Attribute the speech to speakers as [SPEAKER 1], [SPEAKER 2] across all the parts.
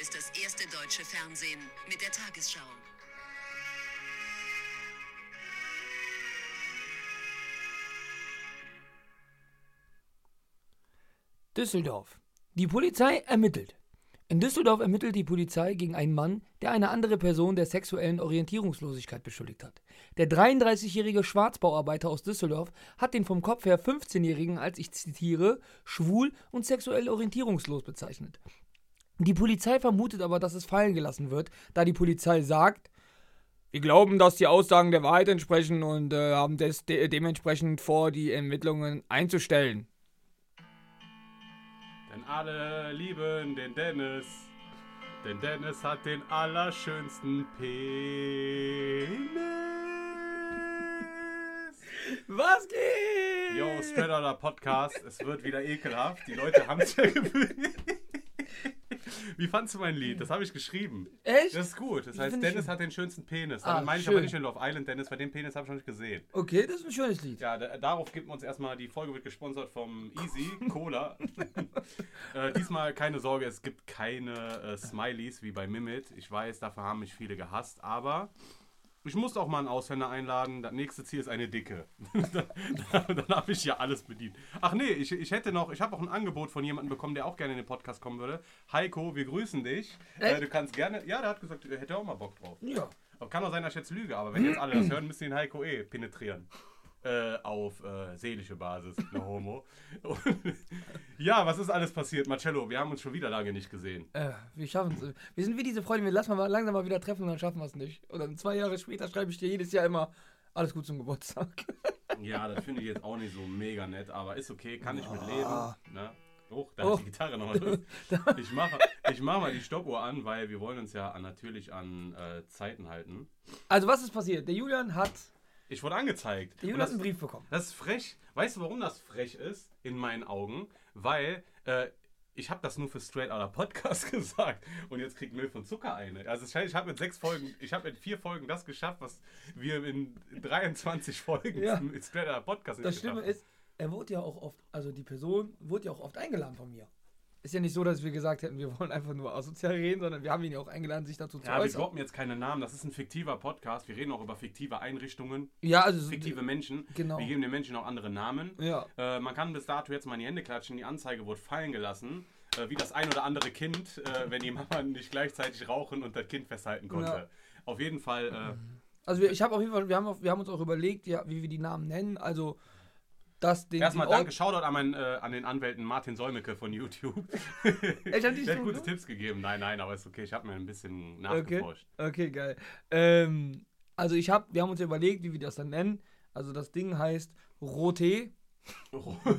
[SPEAKER 1] ist das erste deutsche Fernsehen mit der Tagesschau.
[SPEAKER 2] Düsseldorf. Die Polizei ermittelt. In Düsseldorf ermittelt die Polizei gegen einen Mann, der eine andere Person der sexuellen Orientierungslosigkeit beschuldigt hat. Der 33-jährige Schwarzbauarbeiter aus Düsseldorf hat den vom Kopf her 15-jährigen als ich zitiere schwul und sexuell orientierungslos bezeichnet. Die Polizei vermutet aber, dass es fallen gelassen wird, da die Polizei sagt, wir glauben, dass die Aussagen der Wahrheit entsprechen und äh, haben des de dementsprechend vor, die Ermittlungen einzustellen.
[SPEAKER 3] Denn alle lieben den Dennis. Denn Dennis hat den allerschönsten Penis.
[SPEAKER 2] Was geht?
[SPEAKER 3] Yo, Spread Order Podcast. Es wird wieder ekelhaft. Die Leute haben es ja gewöhnt. Wie fandst du mein Lied? Das habe ich geschrieben.
[SPEAKER 2] Echt?
[SPEAKER 3] Das ist gut. Das
[SPEAKER 2] Ich
[SPEAKER 3] heißt,
[SPEAKER 2] find ich
[SPEAKER 3] Dennis
[SPEAKER 2] schön.
[SPEAKER 3] hat den schönsten Penis.
[SPEAKER 2] Ah,
[SPEAKER 3] Damit meine ich
[SPEAKER 2] schön.
[SPEAKER 3] aber nicht den Love Island Dennis, weil den Penis habe ich noch nicht gesehen.
[SPEAKER 2] Okay, das ist ein schönes Lied.
[SPEAKER 3] Ja, da, darauf gibt uns erstmal, die Folge wird gesponsert vom Easy Cola. äh, diesmal keine Sorge, es gibt keine äh, Smileys wie bei Mimit. Ich weiß, dafür haben mich viele gehasst, aber ich musste auch mal einen Ausländer einladen. Das nächste Ziel ist eine dicke. dann dann habe ich ja alles bedient. Ach nee, ich, ich hätte noch, ich habe auch ein Angebot von jemandem bekommen, der auch gerne in den Podcast kommen würde. Heiko, wir grüßen dich. Äh,
[SPEAKER 2] Echt?
[SPEAKER 3] du kannst gerne, ja, der hat gesagt, er hätte auch mal Bock drauf.
[SPEAKER 2] Ja.
[SPEAKER 3] Aber Kann auch sein, dass ich jetzt lüge, aber wenn jetzt alle das hören, müssen die den Heiko eh penetrieren. Äh, auf äh, seelische Basis, ne Homo. Und, ja, was ist alles passiert? Marcello, wir haben uns schon wieder lange nicht gesehen.
[SPEAKER 2] Äh, wir schaffen es. Wir sind wie diese Freunde, wir lassen wir mal langsam mal wieder treffen und dann schaffen wir es nicht. Und dann zwei Jahre später schreibe ich dir jedes Jahr immer, alles gut zum Geburtstag.
[SPEAKER 3] Ja, das finde ich jetzt auch nicht so mega nett, aber ist okay, kann ich mit leben. Ne? Oh, da
[SPEAKER 2] Ah. Oh.
[SPEAKER 3] ist die Gitarre nochmal drin. Ich mache ich mach mal die Stoppuhr an, weil wir wollen uns ja an, natürlich an äh, Zeiten halten.
[SPEAKER 2] Also was ist passiert? Der Julian hat,
[SPEAKER 3] Ich wurde angezeigt.
[SPEAKER 2] der
[SPEAKER 3] Und
[SPEAKER 2] Julian hat
[SPEAKER 3] das-
[SPEAKER 2] einen Brief bekommen.
[SPEAKER 3] Das ist frech. Weißt du, warum das frech ist? In meinen Augen. Weil äh, ich habe das nur für Straight Outta Podcast gesagt. Und jetzt kriegt Milch und Zucker eine. Also ich, ich habe mit sechs Folgen, ich habe in vier Folgen das geschafft, was wir in 23 Folgen
[SPEAKER 2] Ja.
[SPEAKER 3] mit Straight Outta Podcast nicht
[SPEAKER 2] Das Schlimme
[SPEAKER 3] geschafft
[SPEAKER 2] ist, er wurde ja auch oft, also die Person wurde ja auch oft eingeladen von mir. Ist ja nicht so, dass wir gesagt hätten, wir wollen einfach nur asozial reden, sondern wir haben ihn ja auch eingeladen, sich dazu zu
[SPEAKER 3] Ja, wir
[SPEAKER 2] äußern.
[SPEAKER 3] droppen jetzt keine Namen. Das ist ein fiktiver Podcast. Wir reden auch über fiktive Einrichtungen,
[SPEAKER 2] Ja, also
[SPEAKER 3] fiktive Menschen.
[SPEAKER 2] Genau.
[SPEAKER 3] Wir geben den Menschen auch andere Namen.
[SPEAKER 2] Ja.
[SPEAKER 3] Äh, man kann bis dato jetzt mal in die Hände klatschen. Die Anzeige wurde fallen gelassen. Äh, wie das ein oder andere Kind, äh, wenn die Mama nicht gleichzeitig rauchen und das Kind festhalten konnte.
[SPEAKER 2] Ja.
[SPEAKER 3] Auf jeden Fall. Äh,
[SPEAKER 2] also wir, ich habe auf jeden Fall, wir haben, auf, wir haben uns auch überlegt, ja, wie wir die Namen nennen. Also das den
[SPEAKER 3] Erstmal
[SPEAKER 2] den Ort-
[SPEAKER 3] danke, Shoutout an, meinen, äh, an den Anwälten Martin Solmecke von YouTube.
[SPEAKER 2] Ich hab ne? die
[SPEAKER 3] Der hat
[SPEAKER 2] Schule.
[SPEAKER 3] gute Tipps gegeben. Nein, nein, aber ist okay. Ich habe mir ein bisschen nachgeforscht.
[SPEAKER 2] Okay, geil. Ähm, also ich habe, wir haben uns ja überlegt, wie wir das dann nennen. Also das Ding heißt Rote,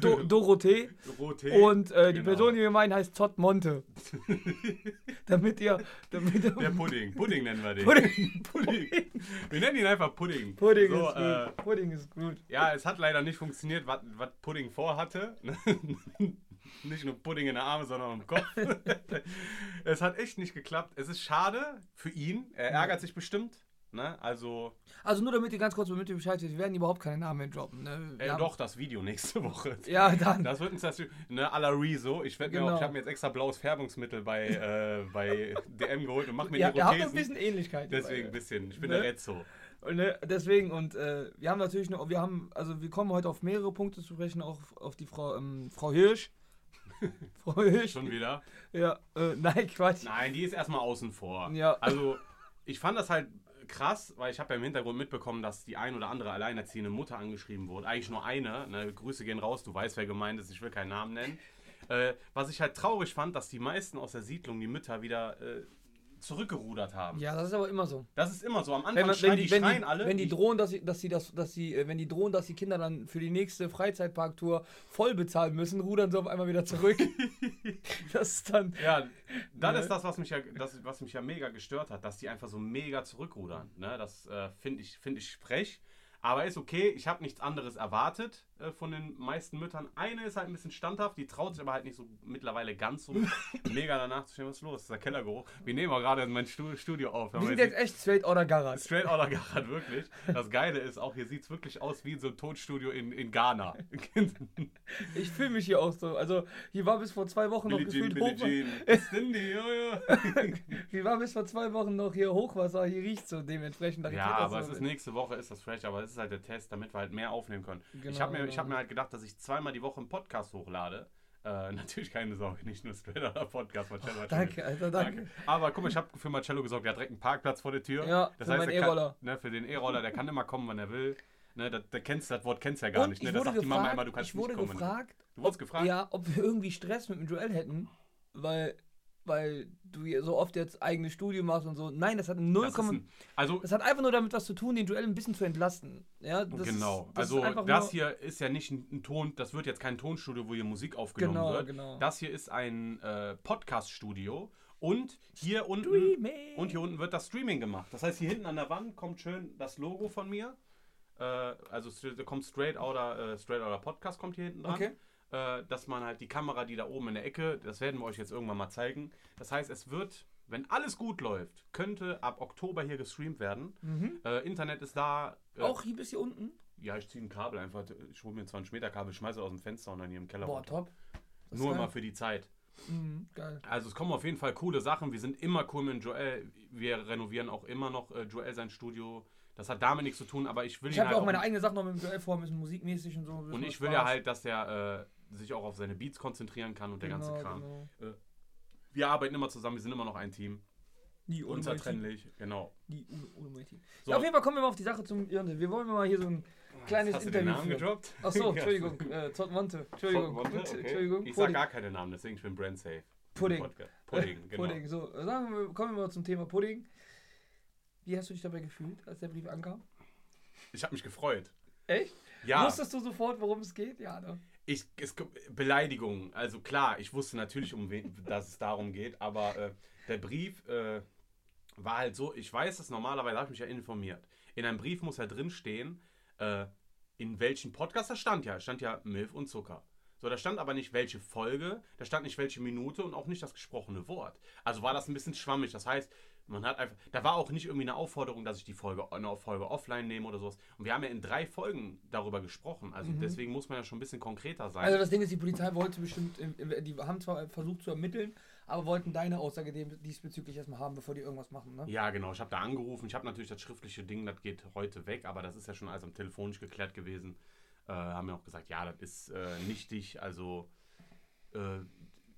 [SPEAKER 2] Do Dorothee.
[SPEAKER 3] Rote.
[SPEAKER 2] Und äh, die
[SPEAKER 3] Genau.
[SPEAKER 2] Person, die wir meinen, heißt Zott Monte. damit ihr, damit ihr
[SPEAKER 3] Der Pudding. Pudding nennen wir den.
[SPEAKER 2] Pudding.
[SPEAKER 3] Pudding. Wir nennen ihn einfach Pudding.
[SPEAKER 2] Pudding
[SPEAKER 3] so,
[SPEAKER 2] ist gut.
[SPEAKER 3] äh,
[SPEAKER 2] Pudding ist gut.
[SPEAKER 3] Ja, es hat leider nicht funktioniert, was was Pudding vorhatte. nicht nur Pudding in der Arme, sondern auch im Kopf. es hat echt nicht geklappt. Es ist schade für ihn. Er ärgert sich bestimmt. Ne? Also,
[SPEAKER 2] Also nur damit ihr ganz kurz, damit ihr Bescheid wisst, wir werden überhaupt keine Namen mehr droppen. Ne? Wir
[SPEAKER 3] äh,
[SPEAKER 2] haben-
[SPEAKER 3] doch, das Video nächste Woche.
[SPEAKER 2] Ja, dann.
[SPEAKER 3] Das wird uns das, ne, à la Rezo. Ich, werd mir
[SPEAKER 2] Genau.
[SPEAKER 3] auch- ich habe mir jetzt extra blaues Färbungsmittel bei, äh, bei DM geholt und mache mir
[SPEAKER 2] ja,
[SPEAKER 3] die
[SPEAKER 2] wir haben ein
[SPEAKER 3] Irokesen.
[SPEAKER 2] bisschen Ähnlichkeit.
[SPEAKER 3] Deswegen ein
[SPEAKER 2] Weil-
[SPEAKER 3] bisschen. Ich bin
[SPEAKER 2] Ne?
[SPEAKER 3] der Rezzo.
[SPEAKER 2] Und, ne, deswegen und äh, wir haben natürlich noch, wir haben, also wir kommen heute auf mehrere Punkte zu sprechen, auch auf- auf die Frau, ähm, Frau Hirsch. Frau Hirsch.
[SPEAKER 3] Schon wieder.
[SPEAKER 2] Ja, äh, nein, Quatsch.
[SPEAKER 3] Nein, die ist erstmal außen vor.
[SPEAKER 2] Ja.
[SPEAKER 3] Also, ich fand das halt krass, weil ich habe ja im Hintergrund mitbekommen, dass die ein oder andere alleinerziehende Mutter angeschrieben wurde. Eigentlich nur eine. Ne? Grüße gehen raus, du weißt, wer gemeint ist, ich will keinen Namen nennen. Äh, was ich halt traurig fand, dass die meisten aus der Siedlung die Mütter wieder äh, zurückgerudert haben.
[SPEAKER 2] Ja, das ist aber immer so.
[SPEAKER 3] Das ist immer so. Am Anfang
[SPEAKER 2] Wenn, man, wenn,
[SPEAKER 3] schreien
[SPEAKER 2] die,
[SPEAKER 3] die,
[SPEAKER 2] wenn,
[SPEAKER 3] schreien
[SPEAKER 2] die,
[SPEAKER 3] alle.
[SPEAKER 2] wenn die
[SPEAKER 3] ich-
[SPEAKER 2] drohen, dass sie, dass sie das, dass sie, äh, wenn die drohen, dass die Kinder dann für die nächste Freizeitparktour voll bezahlen müssen, rudern sie auf einmal wieder zurück. das ist dann.
[SPEAKER 3] Ja, das
[SPEAKER 2] Ne?
[SPEAKER 3] ist das was, mich ja, das, was mich ja mega gestört hat, dass die einfach so mega zurückrudern. Ne? Das äh, finde ich, find ich frech. Aber ist okay, ich habe nichts anderes erwartet äh, von den meisten Müttern. Eine ist halt ein bisschen standhaft, die traut sich aber halt nicht so mittlerweile ganz so mega danach zu stehen, was ist los? Dieser Kellergeruch. Wir nehmen auch gerade mein Stu- Studio auf.
[SPEAKER 2] Wir sind jetzt echt straight oder Garage.
[SPEAKER 3] Straight Outta Garat, wirklich. Das Geile ist auch, hier sieht es wirklich aus wie in so einem Tonstudio in, in Ghana.
[SPEAKER 2] Ich fühle mich hier auch so. Also, hier war bis vor zwei Wochen noch
[SPEAKER 3] Billie Jean,
[SPEAKER 2] gefühlt
[SPEAKER 3] Billie
[SPEAKER 2] Hochwasser.
[SPEAKER 3] Jean. Cindy, jo, jo.
[SPEAKER 2] Hier war bis vor zwei Wochen noch hier Hochwasser. Hier riecht so dementsprechend. Da
[SPEAKER 3] Ja,
[SPEAKER 2] geht das
[SPEAKER 3] aber
[SPEAKER 2] so.
[SPEAKER 3] es ist nächste Woche ist das fresh, aber es ist halt der Test, damit wir halt mehr aufnehmen können. ich
[SPEAKER 2] Genau,
[SPEAKER 3] habe mir, ich hab
[SPEAKER 2] genau.
[SPEAKER 3] mir halt gedacht, dass ich zweimal die Woche einen Podcast hochlade. Äh, natürlich keine Sorge, nicht nur straight oder Podcast. Marcello hat schon-
[SPEAKER 2] Oh, Danke, Alter, danke.
[SPEAKER 3] Aber guck mal, ich habe für Marcello gesorgt, der hat direkt einen Parkplatz vor der Tür.
[SPEAKER 2] Ja,
[SPEAKER 3] das
[SPEAKER 2] für
[SPEAKER 3] heißt,
[SPEAKER 2] meinen
[SPEAKER 3] der
[SPEAKER 2] E-Roller.
[SPEAKER 3] Kann, ne, für den E-Roller, der kann immer kommen, wann er will. Ne, das, der kennst, das Wort kennst du ja gar
[SPEAKER 2] Und
[SPEAKER 3] nicht.
[SPEAKER 2] ich
[SPEAKER 3] Ne? Das
[SPEAKER 2] wurde
[SPEAKER 3] sagt die Mama
[SPEAKER 2] gefragt-
[SPEAKER 3] immer, du kannst
[SPEAKER 2] ich wurde
[SPEAKER 3] nicht kommen. wenn
[SPEAKER 2] gefragt,
[SPEAKER 3] Du wurdest gefragt?
[SPEAKER 2] Ja, ob wir irgendwie Stress mit dem Duell hätten, weil, weil du hier so oft jetzt eigenes Studium machst und so. Nein, das hat null
[SPEAKER 3] Das ist ein, also,
[SPEAKER 2] Das hat einfach nur damit was zu tun, den Duell ein bisschen zu entlasten. Ja, das
[SPEAKER 3] genau.
[SPEAKER 2] Ist, das
[SPEAKER 3] also
[SPEAKER 2] ist einfach
[SPEAKER 3] das
[SPEAKER 2] nur,
[SPEAKER 3] hier ist ja nicht ein, ein Ton, das wird jetzt kein Tonstudio, wo hier Musik aufgenommen
[SPEAKER 2] Genau,
[SPEAKER 3] wird.
[SPEAKER 2] genau.
[SPEAKER 3] Das hier ist ein äh, Podcast-Studio und hier unten
[SPEAKER 2] Streaming.
[SPEAKER 3] und hier unten wird das Streaming gemacht. Das heißt, hier hinten an der Wand kommt schön das Logo von mir. Äh, also st- kommt Straight Outer, äh, Straight Outer Podcast kommt hier hinten dran.
[SPEAKER 2] Okay.
[SPEAKER 3] Äh, dass man halt die Kamera, die da oben in der Ecke, das werden wir euch jetzt irgendwann mal zeigen. Das heißt, es wird, wenn alles gut läuft, könnte ab Oktober hier gestreamt werden. Äh, Internet ist da. Äh,
[SPEAKER 2] Mhm. Auch hier bis hier unten.
[SPEAKER 3] ja, ich ziehe ein Kabel einfach. Ich hole mir ein 20 Meter Kabel, schmeiße aus dem Fenster und dann hier im Keller.
[SPEAKER 2] Boah,
[SPEAKER 3] runter.
[SPEAKER 2] top. Das
[SPEAKER 3] Nur
[SPEAKER 2] ist
[SPEAKER 3] mal
[SPEAKER 2] geil.
[SPEAKER 3] für die Zeit.
[SPEAKER 2] Mhm, geil.
[SPEAKER 3] Also es kommen auf jeden Fall coole Sachen. Wir sind immer cool mit Joel. Wir renovieren auch immer noch äh, Joel sein Studio. Das hat damit nichts zu tun, aber ich will
[SPEAKER 2] Ich
[SPEAKER 3] ihn
[SPEAKER 2] habe
[SPEAKER 3] halt
[SPEAKER 2] ja auch meine eigene Sache noch mit dem Duell vor, ein bisschen musikmäßig und so. ein bisschen
[SPEAKER 3] und
[SPEAKER 2] was
[SPEAKER 3] ich will ja
[SPEAKER 2] Spaß.
[SPEAKER 3] halt, dass der äh, sich auch auf seine Beats konzentrieren kann und der ganze
[SPEAKER 2] Genau,
[SPEAKER 3] Kram.
[SPEAKER 2] genau.
[SPEAKER 3] Wir arbeiten immer zusammen, wir sind immer noch ein Team.
[SPEAKER 2] Nie ohne mein Team.
[SPEAKER 3] Unzertrennlich, genau.
[SPEAKER 2] Die ohne- ohne mein Team.
[SPEAKER 3] So. Oh,
[SPEAKER 2] Ja, auf jeden Fall kommen wir mal auf die Sache zum Irren. Wir wollen mal hier so ein kleines
[SPEAKER 3] Hast du den
[SPEAKER 2] Interview.
[SPEAKER 3] Namen
[SPEAKER 2] führen.
[SPEAKER 3] gedroppt?
[SPEAKER 2] Ach so, Entschuldigung, äh, Zott Monte. Entschuldigung,
[SPEAKER 3] Monte,
[SPEAKER 2] Monte,
[SPEAKER 3] okay.
[SPEAKER 2] Entschuldigung.
[SPEAKER 3] Ich sag
[SPEAKER 2] Pudding.
[SPEAKER 3] gar keine Namen, deswegen ich bin brand safe.
[SPEAKER 2] Pudding.
[SPEAKER 3] Podcast. Pudding, genau.
[SPEAKER 2] Pudding, so. Sagen wir, kommen wir mal zum Thema Pudding. Wie hast du dich dabei gefühlt, als der Brief ankam?
[SPEAKER 3] Ich habe mich gefreut.
[SPEAKER 2] Echt?
[SPEAKER 3] Ja.
[SPEAKER 2] Wusstest du sofort, worum es geht? Ja, ne?
[SPEAKER 3] ich, es, Beleidigung. Also klar, ich wusste natürlich, um wen, dass es darum geht, aber äh, der Brief äh, war halt so, ich weiß das normalerweise, habe ich mich ja informiert. In einem Brief muss ja drinstehen, äh, in welchem Podcast das stand ja. Es stand ja Milf und Zucker. So, da stand aber nicht welche Folge, da stand nicht welche Minute und auch nicht das gesprochene Wort. Also war das ein bisschen schwammig. Das heißt, man hat einfach, da war auch nicht irgendwie eine Aufforderung, dass ich die Folge, eine Folge offline nehme oder sowas. Und wir haben ja in drei Folgen darüber gesprochen. Also deswegen muss man ja schon ein bisschen konkreter sein.
[SPEAKER 2] Also das Ding ist, die Polizei wollte bestimmt, im- im- die haben zwar versucht zu ermitteln, aber wollten deine Aussage dem- diesbezüglich erstmal haben, bevor die irgendwas machen, ne?
[SPEAKER 3] Ja, genau. Ich habe da angerufen. Ich habe natürlich das schriftliche Ding, das geht heute weg, aber das ist ja schon alles am Telefonisch geklärt gewesen. Äh, haben ja auch gesagt, ja, das ist äh, nichtig. Also, äh,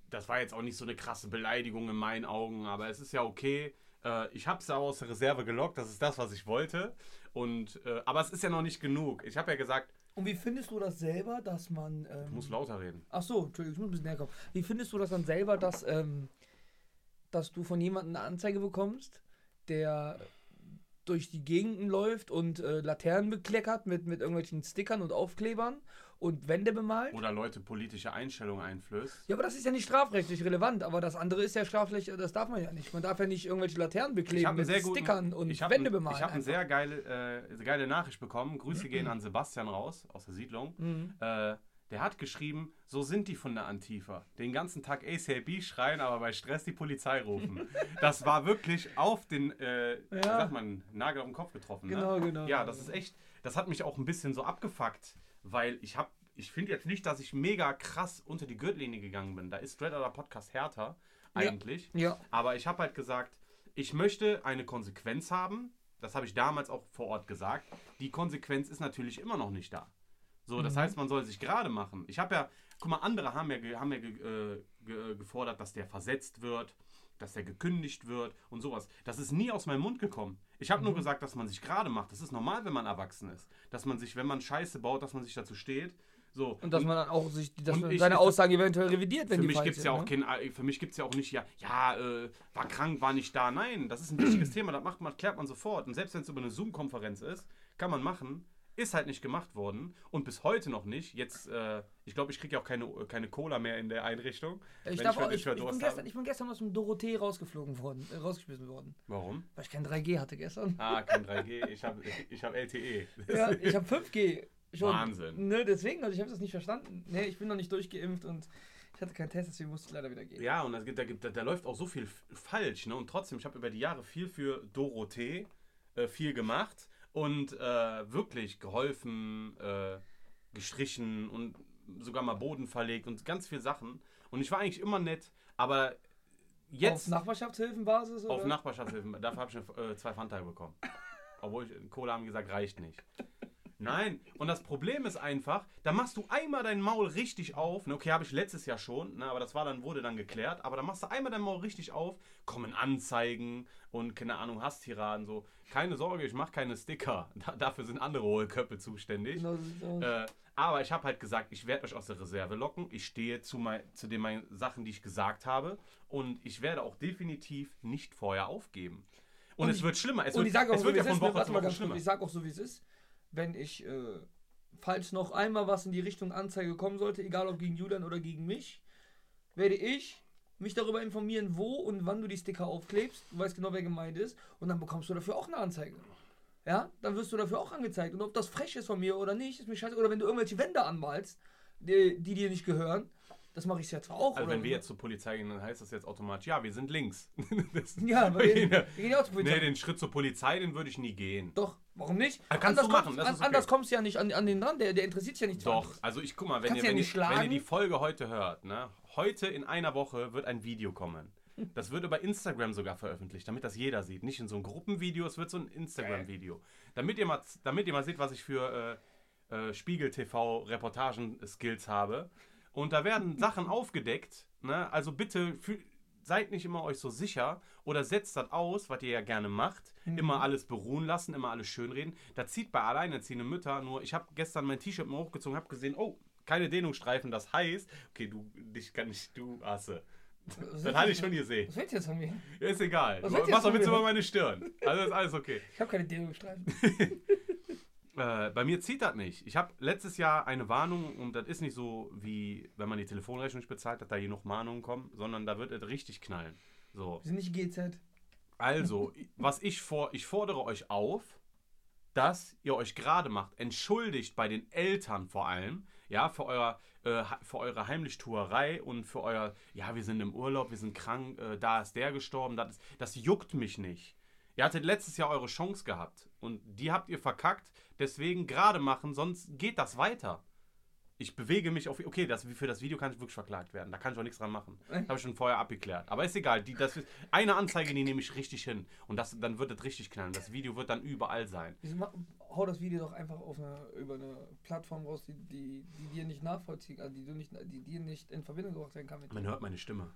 [SPEAKER 3] das war jetzt auch nicht so eine krasse Beleidigung in meinen Augen, aber es ist ja okay. Äh, ich habe es auch aus der Reserve gelockt. Das ist das, was ich wollte. Und, äh, aber es ist ja noch nicht genug. Ich habe ja gesagt,
[SPEAKER 2] Und wie findest du das selber, dass man... Ähm,
[SPEAKER 3] ich muss lauter reden.
[SPEAKER 2] ach so, Entschuldigung, ich muss ein bisschen näher kommen. Wie findest du das dann selber, dass, ähm, dass du von jemandem eine Anzeige bekommst, der durch die Gegenden läuft und äh, Laternen bekleckert mit, mit irgendwelchen Stickern und Aufklebern und Wände bemalt?
[SPEAKER 3] Oder Leute politische Einstellungen einflößt.
[SPEAKER 2] Ja, aber das ist ja nicht strafrechtlich relevant, aber das andere ist ja strafrechtlich, das darf man ja nicht. Man darf ja nicht irgendwelche Laternen
[SPEAKER 3] Ich
[SPEAKER 2] bekleben
[SPEAKER 3] habe
[SPEAKER 2] mit
[SPEAKER 3] einen sehr guten,
[SPEAKER 2] Stickern und
[SPEAKER 3] ich hab
[SPEAKER 2] Wände
[SPEAKER 3] einen-
[SPEAKER 2] bemalen.
[SPEAKER 3] Ich habe eine
[SPEAKER 2] einfach. Mhm.
[SPEAKER 3] sehr geile, äh, geile Nachricht bekommen. Grüße gehen an Sebastian raus aus der Siedlung. Äh, der hat geschrieben, so sind die von der Antifa. Den ganzen Tag ACAB schreien, aber bei Stress die Polizei rufen. das war wirklich auf den, äh, wie sagt man, Nagel auf den Kopf getroffen.
[SPEAKER 2] Genau,
[SPEAKER 3] ne?
[SPEAKER 2] genau.
[SPEAKER 3] Ja, das ist echt, das hat mich auch ein bisschen so abgefuckt, weil ich habe, ich finde jetzt nicht, dass ich mega krass unter die Gürtellinie gegangen bin. Da ist Straight oder Podcast härter
[SPEAKER 2] Ja.
[SPEAKER 3] eigentlich.
[SPEAKER 2] Ja.
[SPEAKER 3] Aber ich habe halt gesagt, ich möchte eine Konsequenz haben. Das habe ich damals auch vor Ort gesagt. Die Konsequenz ist natürlich immer noch nicht da. So,
[SPEAKER 2] Mhm.
[SPEAKER 3] das heißt, man soll sich gerade machen. Ich habe ja, guck mal, andere haben ja, ge- haben ja ge, äh, ge, gefordert, dass der versetzt wird, dass der gekündigt wird und sowas. Das ist nie aus meinem Mund gekommen. Ich habe nur
[SPEAKER 2] Mhm.
[SPEAKER 3] gesagt, dass man sich gerade macht. Das ist normal, wenn man erwachsen ist. Dass man sich, wenn man Scheiße baut, dass man sich dazu steht. So.
[SPEAKER 2] Und dass man dann auch sich, dass
[SPEAKER 3] und
[SPEAKER 2] man
[SPEAKER 3] ich-
[SPEAKER 2] seine Aussagen eventuell revidiert, wenn
[SPEAKER 3] Für
[SPEAKER 2] die
[SPEAKER 3] mich
[SPEAKER 2] falsch
[SPEAKER 3] gibt es
[SPEAKER 2] sind,
[SPEAKER 3] ja
[SPEAKER 2] ne?
[SPEAKER 3] auch kein, äh, für mich gibt's ja auch nicht, ja, ja äh, war krank, war nicht da. Nein, das ist ein wichtiges Thema, das macht man, klärt man sofort. Und selbst wenn es über eine Zoom-Konferenz ist, kann man machen. Ist halt nicht gemacht worden und bis heute noch nicht. Jetzt, äh, ich glaube, ich kriege ja auch keine, keine Cola mehr in der Einrichtung.
[SPEAKER 2] Äh, Ich,
[SPEAKER 3] wenn
[SPEAKER 2] darf
[SPEAKER 3] ich,
[SPEAKER 2] auch,
[SPEAKER 3] wenn
[SPEAKER 2] ich, ich, bin
[SPEAKER 3] Verdurst
[SPEAKER 2] gestern,
[SPEAKER 3] habe.
[SPEAKER 2] ich bin gestern aus dem Dorothee rausgeflogen worden, äh, rausgeschmissen worden,
[SPEAKER 3] Warum?
[SPEAKER 2] weil ich kein 3G hatte gestern.
[SPEAKER 3] Ah, kein 3G, ich habe ich hab E. LTE.
[SPEAKER 2] Ja, ich habe 5G. Schon.
[SPEAKER 3] Wahnsinn.
[SPEAKER 2] Ne, deswegen, also ich habe das nicht verstanden. Ne, ich bin noch nicht durchgeimpft und ich hatte keinen Test, deswegen musste ich leider wieder gehen.
[SPEAKER 3] Ja, und da, gibt- da, gibt- da, da läuft auch so viel f- falsch. Ne? Und trotzdem, ich habe über die Jahre viel für Dorothee äh, viel gemacht und äh, wirklich geholfen, äh, gestrichen und sogar mal Boden verlegt und ganz viele Sachen. Und ich war eigentlich immer nett, aber
[SPEAKER 2] Auf
[SPEAKER 3] jetzt auf,
[SPEAKER 2] Nachbarschaftshilfenbasis? Oder?
[SPEAKER 3] Nachbarschaftshilfen, dafür habe ich schon, äh, zwei Fanta bekommen. Obwohl ich, Cola haben gesagt, reicht nicht. Nein, und das Problem ist einfach, da machst du einmal dein Maul richtig auf. Ne, okay, habe ich letztes Jahr schon, ne, aber das war dann, wurde dann geklärt. Aber da machst du einmal dein Maul richtig auf, kommen Anzeigen und keine Ahnung, Hasstiraden so. Keine Sorge, ich mache keine Sticker. Da, dafür sind andere hohe Köpfe zuständig.
[SPEAKER 2] Genau so sieht's aus.
[SPEAKER 3] Äh, aber ich habe halt gesagt, ich werde euch aus der Reserve locken. Ich stehe zu, mein, zu den meinen Sachen, die ich gesagt habe. Und ich werde auch definitiv nicht vorher aufgeben. Und, es
[SPEAKER 2] ich-
[SPEAKER 3] wird schlimmer. Es
[SPEAKER 2] und
[SPEAKER 3] wird,
[SPEAKER 2] ich sage auch,
[SPEAKER 3] es
[SPEAKER 2] so,
[SPEAKER 3] wird
[SPEAKER 2] wie
[SPEAKER 3] ja
[SPEAKER 2] es
[SPEAKER 3] von
[SPEAKER 2] ist, ne?
[SPEAKER 3] Woche
[SPEAKER 2] Warte
[SPEAKER 3] zu
[SPEAKER 2] mal
[SPEAKER 3] Woche
[SPEAKER 2] ganz kurz,
[SPEAKER 3] schlimmer.
[SPEAKER 2] ich sage auch so, wie es ist. Wenn ich, äh, falls noch einmal was in die Richtung Anzeige kommen sollte, egal ob gegen Julian oder gegen mich, werde ich mich darüber informieren, wo und wann du die Sticker aufklebst. Du weißt genau, wer gemeint ist. Und dann bekommst du dafür auch eine Anzeige. Ja, dann wirst du dafür auch angezeigt. Und ob das frech ist von mir oder nicht, ist mir scheiße. Oder wenn du irgendwelche Wände anmalst, die, die dir nicht gehören, das mache ich ja zwar auch.
[SPEAKER 3] Also
[SPEAKER 2] oder
[SPEAKER 3] wenn wir jetzt zur Polizei gehen, dann heißt das jetzt automatisch, ja, wir sind links. das,
[SPEAKER 2] Ja, wir gehen, wir
[SPEAKER 3] Nee,
[SPEAKER 2] gehen ja auch zur Polizei.
[SPEAKER 3] nee, den Schritt zur Polizei, den würde ich nie gehen.
[SPEAKER 2] Doch, warum nicht?
[SPEAKER 3] Ah, kannst du machen,
[SPEAKER 2] kommst,
[SPEAKER 3] das
[SPEAKER 2] an,
[SPEAKER 3] ist okay.
[SPEAKER 2] anders kommst du ja nicht an, an den Rand, der, der interessiert sich ja nicht.
[SPEAKER 3] Doch, also ich guck mal, wenn
[SPEAKER 2] Kannst
[SPEAKER 3] ihr,
[SPEAKER 2] ja
[SPEAKER 3] wenn,
[SPEAKER 2] nicht
[SPEAKER 3] ihr, wenn ihr
[SPEAKER 2] schlagen.
[SPEAKER 3] die Folge heute hört, ne? heute in einer Woche wird ein Video kommen. Das wird über Instagram sogar veröffentlicht, damit das jeder sieht. Nicht in so einem Gruppenvideo, es wird so ein Instagram-Video. Damit, ihr mal- damit ihr mal seht, was ich für äh, äh, Spiegel TV-Reportagen-Skills habe. Und da
[SPEAKER 2] Mhm.
[SPEAKER 3] werden Sachen aufgedeckt. Ne? Also bitte fühl- seid nicht immer euch so sicher oder setzt das aus, was ihr ja gerne macht.
[SPEAKER 2] Mhm.
[SPEAKER 3] Immer alles beruhen lassen, immer alles schönreden. Da zieht bei alleinerziehenden Mütter nur, ich habe gestern mein T-Shirt mal hochgezogen, habe gesehen, oh, keine Dehnungsstreifen, das heißt, okay, du, dich kann ich, du Asse.
[SPEAKER 2] Das
[SPEAKER 3] Das hatte ich schon gesehen.
[SPEAKER 2] Was willst du jetzt von mir?
[SPEAKER 3] Ja, Ist egal.
[SPEAKER 2] Was
[SPEAKER 3] Was,
[SPEAKER 2] willst du
[SPEAKER 3] was
[SPEAKER 2] jetzt
[SPEAKER 3] willst du
[SPEAKER 2] von mir?
[SPEAKER 3] über meine Stirn? Also ist alles okay.
[SPEAKER 2] Ich habe keine Dehnungsstreifen.
[SPEAKER 3] Äh, bei mir zieht das nicht. Ich habe letztes Jahr eine Warnung und das ist nicht so wie, wenn man die Telefonrechnung nicht bezahlt hat, da hier noch Mahnungen kommen, sondern da wird es richtig knallen. So.
[SPEAKER 2] Wir sind nicht GZ.
[SPEAKER 3] Also, was ich vor, ich fordere euch auf, dass ihr euch gerade macht. Entschuldigt bei den Eltern vor allem, ja, für, euer, äh, für eure Heimlichtuerei und für euer, ja, wir sind im Urlaub, wir sind krank, äh, da ist der gestorben, das, ist, das juckt mich nicht. Ihr hattet letztes Jahr eure Chance gehabt und die habt ihr verkackt, deswegen gerade machen, sonst geht das weiter. Ich bewege mich auf. Okay, das, für das Video kann ich wirklich verklagt werden. Da kann ich auch nichts dran machen. Habe ich schon vorher abgeklärt. Aber ist egal. Die, das ist, eine Anzeige, die nehme ich richtig hin. Und das, dann wird das richtig knallen. Das Video wird dann überall sein.
[SPEAKER 2] Wieso ma- hau das Video doch einfach auf eine, über eine Plattform raus, die, die, die dir nicht nachvollziehen, also die, du nicht, die dir nicht in Verbindung gebracht werden kann mit.
[SPEAKER 3] Man hört meine Stimme.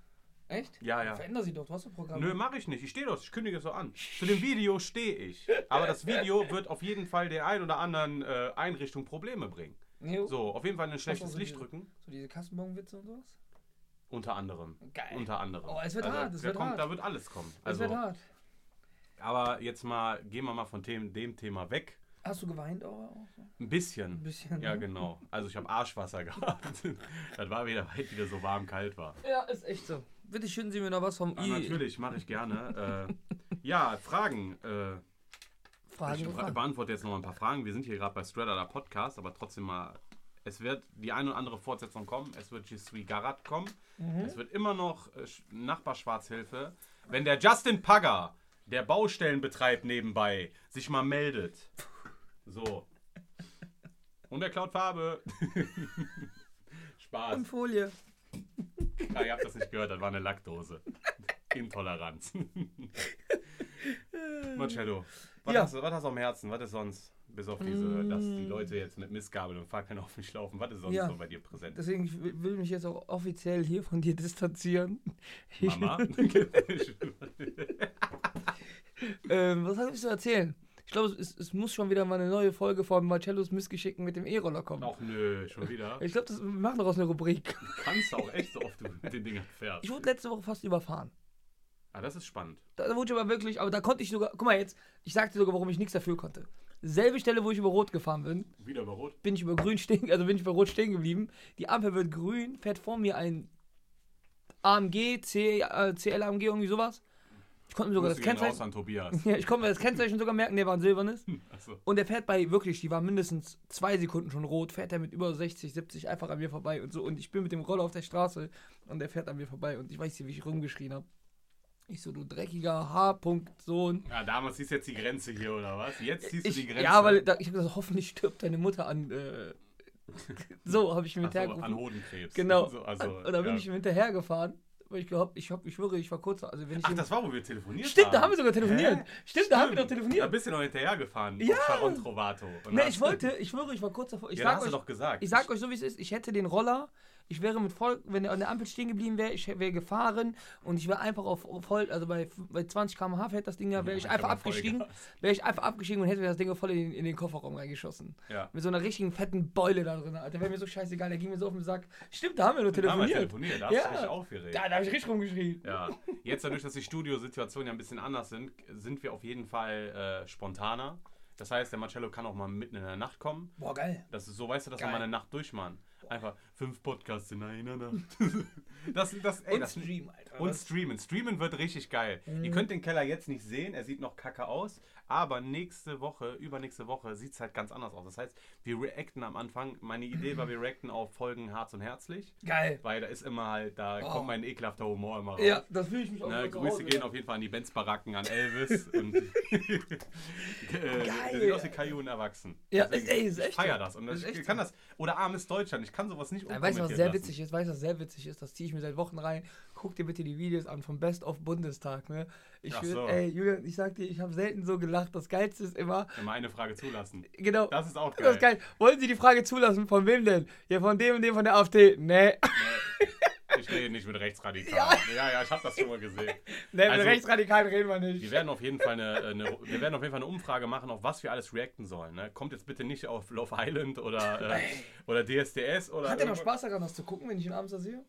[SPEAKER 2] Echt?
[SPEAKER 3] Ja, ja.
[SPEAKER 2] Veränder sie doch, du hast ein Programm.
[SPEAKER 3] Nö, mache ich nicht. Ich stehe doch. Ich kündige es so an. Zu dem Video stehe ich. Aber das Video wird auf jeden Fall der ein oder anderen äh, Einrichtung Probleme bringen.
[SPEAKER 2] nee, so.
[SPEAKER 3] So, auf jeden Fall ein schlechtes
[SPEAKER 2] Also,
[SPEAKER 3] Licht
[SPEAKER 2] diese-
[SPEAKER 3] drücken.
[SPEAKER 2] so diese Kassenbonwitze und sowas.
[SPEAKER 3] Unter anderem.
[SPEAKER 2] Geil.
[SPEAKER 3] Unter anderem. Also,
[SPEAKER 2] Oh, es wird hart, es
[SPEAKER 3] da
[SPEAKER 2] wird
[SPEAKER 3] kommt,
[SPEAKER 2] hart.
[SPEAKER 3] Da wird alles kommen.
[SPEAKER 2] Das
[SPEAKER 3] Also,
[SPEAKER 2] wird hart.
[SPEAKER 3] aber jetzt mal, gehen wir mal von dem, dem Thema weg.
[SPEAKER 2] Hast du geweint auch? auch so?
[SPEAKER 3] Ein bisschen.
[SPEAKER 2] Ein bisschen,
[SPEAKER 3] Ja,
[SPEAKER 2] ne?
[SPEAKER 3] genau. Also ich habe Arschwasser gehabt. das war wieder, weil wieder so warm kalt war.
[SPEAKER 2] Ja, ist echt so. Bitte schütten Sie mir noch was vom
[SPEAKER 3] Aber
[SPEAKER 2] I.
[SPEAKER 3] natürlich, mache ich gerne. Äh, ja, Fragen. Äh,
[SPEAKER 2] Fragen
[SPEAKER 3] ich be-
[SPEAKER 2] gefragt.
[SPEAKER 3] beantworte jetzt noch mal ein paar Fragen. Wir sind hier gerade bei Strada der Podcast, aber trotzdem mal. Es wird die eine oder andere Fortsetzung kommen. Es wird Jesui Garat kommen. Es wird immer noch äh, Sch- Nachbarschwarzhilfe. Wenn der Justin Pagger, der Baustellen betreibt nebenbei, sich mal meldet. So. Und er klaut Farbe. Spaß.
[SPEAKER 2] In Folie.
[SPEAKER 3] Ah, ihr habt das nicht gehört, das war eine Lackdose. Intoleranz. Marcello, was,
[SPEAKER 2] Ja. Mm.
[SPEAKER 3] hast, du- was hast du am Herzen? Was ist sonst, bis auf diese, dass die Leute jetzt mit Missgabeln und Fackeln auf mich laufen, was ist sonst
[SPEAKER 2] Ja.
[SPEAKER 3] so bei dir präsent?
[SPEAKER 2] Deswegen ich will- will mich jetzt auch offiziell hier von dir distanzieren.
[SPEAKER 3] Mama?
[SPEAKER 2] ähm, was habe ich zu erzählen? Ich glaube, es, es muss schon wieder mal eine neue Folge von Marcellos Missgeschicken mit dem E-Roller kommen.
[SPEAKER 3] Auch nö, schon wieder.
[SPEAKER 2] Ich glaube, das wir machen daraus eine Rubrik.
[SPEAKER 3] Kannst du auch echt so oft du mit den Dingern fährst.
[SPEAKER 2] Ich wurde letzte Woche fast überfahren.
[SPEAKER 3] Ah, das ist spannend.
[SPEAKER 2] Da, da wurde ich aber wirklich, aber da konnte ich sogar, guck mal jetzt, ich sagte sogar, warum ich nichts dafür konnte. Selbe Stelle, wo ich über Rot gefahren bin,
[SPEAKER 3] Wieder über Rot.
[SPEAKER 2] bin ich über Grün stehen, also bin ich bei Rot stehen geblieben. Die Ampel wird grün, fährt vor mir ein AMG, C, äh, CLAMG, irgendwie sowas. Ich konnte mir sogar
[SPEAKER 3] Grüße
[SPEAKER 2] das
[SPEAKER 3] gehen raus
[SPEAKER 2] Kennzeichen.
[SPEAKER 3] an Tobias.
[SPEAKER 2] Ja, ich konnte mir das Kennzeichen sogar merken, der war ein silbernes.
[SPEAKER 3] Achso.
[SPEAKER 2] Und der fährt bei, wirklich, die war mindestens zwei Sekunden schon rot, fährt er mit über 60, 70 einfach an mir vorbei und so. Und ich bin mit dem Roller auf der Straße und der fährt an mir vorbei und ich weiß nicht, wie ich rumgeschrien habe. Ich so, du dreckiger H-Punkt-Sohn.
[SPEAKER 3] Ja, damals hieß jetzt die Grenze hier, oder was? Jetzt siehst du
[SPEAKER 2] Ich,
[SPEAKER 3] die Grenze.
[SPEAKER 2] ja, weil da, ich habe gesagt, hoffentlich stirbt deine Mutter an. Äh, so habe ich ihm
[SPEAKER 3] Ach so,
[SPEAKER 2] hinterhergerufen.
[SPEAKER 3] an Hodenkrebs.
[SPEAKER 2] Genau.
[SPEAKER 3] So, also,
[SPEAKER 2] und da bin
[SPEAKER 3] ja.
[SPEAKER 2] ich ihm hinterhergefahren, weil ich glaube, ich, hab, ich schwöre, ich war kurz. Also wenn ich
[SPEAKER 3] Ach,
[SPEAKER 2] ihm-
[SPEAKER 3] das war, wo wir telefoniert
[SPEAKER 2] Stimmt,
[SPEAKER 3] haben.
[SPEAKER 2] da haben wir sogar telefoniert.
[SPEAKER 3] Hä?
[SPEAKER 2] Stimmt, da haben wir doch
[SPEAKER 3] Da
[SPEAKER 2] telefoniert.
[SPEAKER 3] bist du noch hinterhergefahren.
[SPEAKER 2] Ja.
[SPEAKER 3] Auf Sharon Trovato. Und
[SPEAKER 2] Nee,
[SPEAKER 3] hast-
[SPEAKER 2] ich wollte, ich schwöre, ich war kurz davor. Ich
[SPEAKER 3] ja, das
[SPEAKER 2] sag
[SPEAKER 3] hast
[SPEAKER 2] euch,
[SPEAKER 3] du doch gesagt.
[SPEAKER 2] ich sag euch so, wie es ist. Ich hätte den Roller, ich wäre mit voll, wenn er an der Ampel stehen geblieben wäre, ich wäre gefahren und ich wäre einfach auf auf voll, also bei, bei 20 km/h fährt das Ding ja, wäre ich
[SPEAKER 3] ich
[SPEAKER 2] einfach
[SPEAKER 3] hab mal voll
[SPEAKER 2] abgestiegen,
[SPEAKER 3] Gas.
[SPEAKER 2] wäre ich einfach abgestiegen und hätte das Ding voll in, in den Kofferraum reingeschossen.
[SPEAKER 3] Ja.
[SPEAKER 2] Mit so einer richtigen fetten Beule da drin, Alter. Wäre mir so scheißegal, der ging mir so auf den Sack. Stimmt, da haben wir nur
[SPEAKER 3] Da haben wir
[SPEAKER 2] telefoniert.
[SPEAKER 3] telefoniert, da hast du dich aufgeregt.
[SPEAKER 2] Da, da habe ich richtig rumgeschrien.
[SPEAKER 3] Ja, jetzt dadurch, dass die Studiosituationen ja ein bisschen anders sind, sind wir auf jeden Fall äh, spontaner. Das heißt, der Marcello kann auch mal mitten in der Nacht kommen.
[SPEAKER 2] Boah, geil.
[SPEAKER 3] Das ist so, weißt du, dass wir
[SPEAKER 2] Geil.
[SPEAKER 3] mal eine Nacht durchmachen. Einfach fünf Podcasts in einer Nacht. Das, das, ey,
[SPEAKER 2] Und
[SPEAKER 3] das,
[SPEAKER 2] Stream, Alter.
[SPEAKER 3] und
[SPEAKER 2] Das-
[SPEAKER 3] streamen. Streamen wird richtig geil.
[SPEAKER 2] Mhm.
[SPEAKER 3] Ihr könnt den Keller jetzt nicht sehen, er sieht noch kacke aus, aber nächste Woche, übernächste Woche sieht es halt ganz anders aus. Das heißt, wir reacten am Anfang. Meine Idee war, wir reacten auf Folgen Harz und Herzlich,
[SPEAKER 2] geil.
[SPEAKER 3] weil da ist immer halt, da
[SPEAKER 2] Oh.
[SPEAKER 3] kommt mein ekelhafter Humor immer raus.
[SPEAKER 2] Ja, Oh das fühle ich mich auch.
[SPEAKER 3] Ne,
[SPEAKER 2] mal zu
[SPEAKER 3] Grüße
[SPEAKER 2] Hause.
[SPEAKER 3] gehen auf jeden Fall an die Benz-Baracken, an Elvis. und äh, der sieht aus wie Kajun erwachsen.
[SPEAKER 2] Ja,
[SPEAKER 3] Deswegen,
[SPEAKER 2] ey, ist
[SPEAKER 3] ich
[SPEAKER 2] echt
[SPEAKER 3] feier
[SPEAKER 2] so.
[SPEAKER 3] das. Und
[SPEAKER 2] Ist
[SPEAKER 3] ich
[SPEAKER 2] echt
[SPEAKER 3] kann das. Oder armes Deutschland, ich kann sowas nicht
[SPEAKER 2] Weißt du, was
[SPEAKER 3] unkommentiert
[SPEAKER 2] sehr
[SPEAKER 3] lassen.
[SPEAKER 2] witzig ist? Weißt du, was sehr witzig ist? Das ziehe ich mir seit Wochen rein. Guck dir bitte die Videos an vom Best of Bundestag, ne? Ich
[SPEAKER 3] Ach
[SPEAKER 2] schwör-
[SPEAKER 3] so.
[SPEAKER 2] ey, Julian, ich sag dir, ich habe selten so gelacht. Das Geilste ist immer,
[SPEAKER 3] Wenn wir eine Frage zulassen.
[SPEAKER 2] genau.
[SPEAKER 3] Das ist auch
[SPEAKER 2] Das ist geil. Wollen Sie die Frage zulassen? Von wem denn? Ja, von dem und dem von der AfD. Nee.
[SPEAKER 3] Ich rede nicht mit Rechtsradikalen. Ja, ja, ich habe das schon mal gesehen.
[SPEAKER 2] Nee, mit
[SPEAKER 3] Also-
[SPEAKER 2] Rechtsradikalen reden wir nicht.
[SPEAKER 3] Wir werden auf jeden Fall eine, eine, wir werden auf jeden Fall eine Umfrage machen, auf was wir alles reacten sollen. Ne? Kommt jetzt bitte nicht auf Love Island oder, äh, oder DSDS oder.
[SPEAKER 2] Hat er noch
[SPEAKER 3] irgendwas-
[SPEAKER 2] Spaß daran, das zu gucken, wenn ich ihn abends da sehe?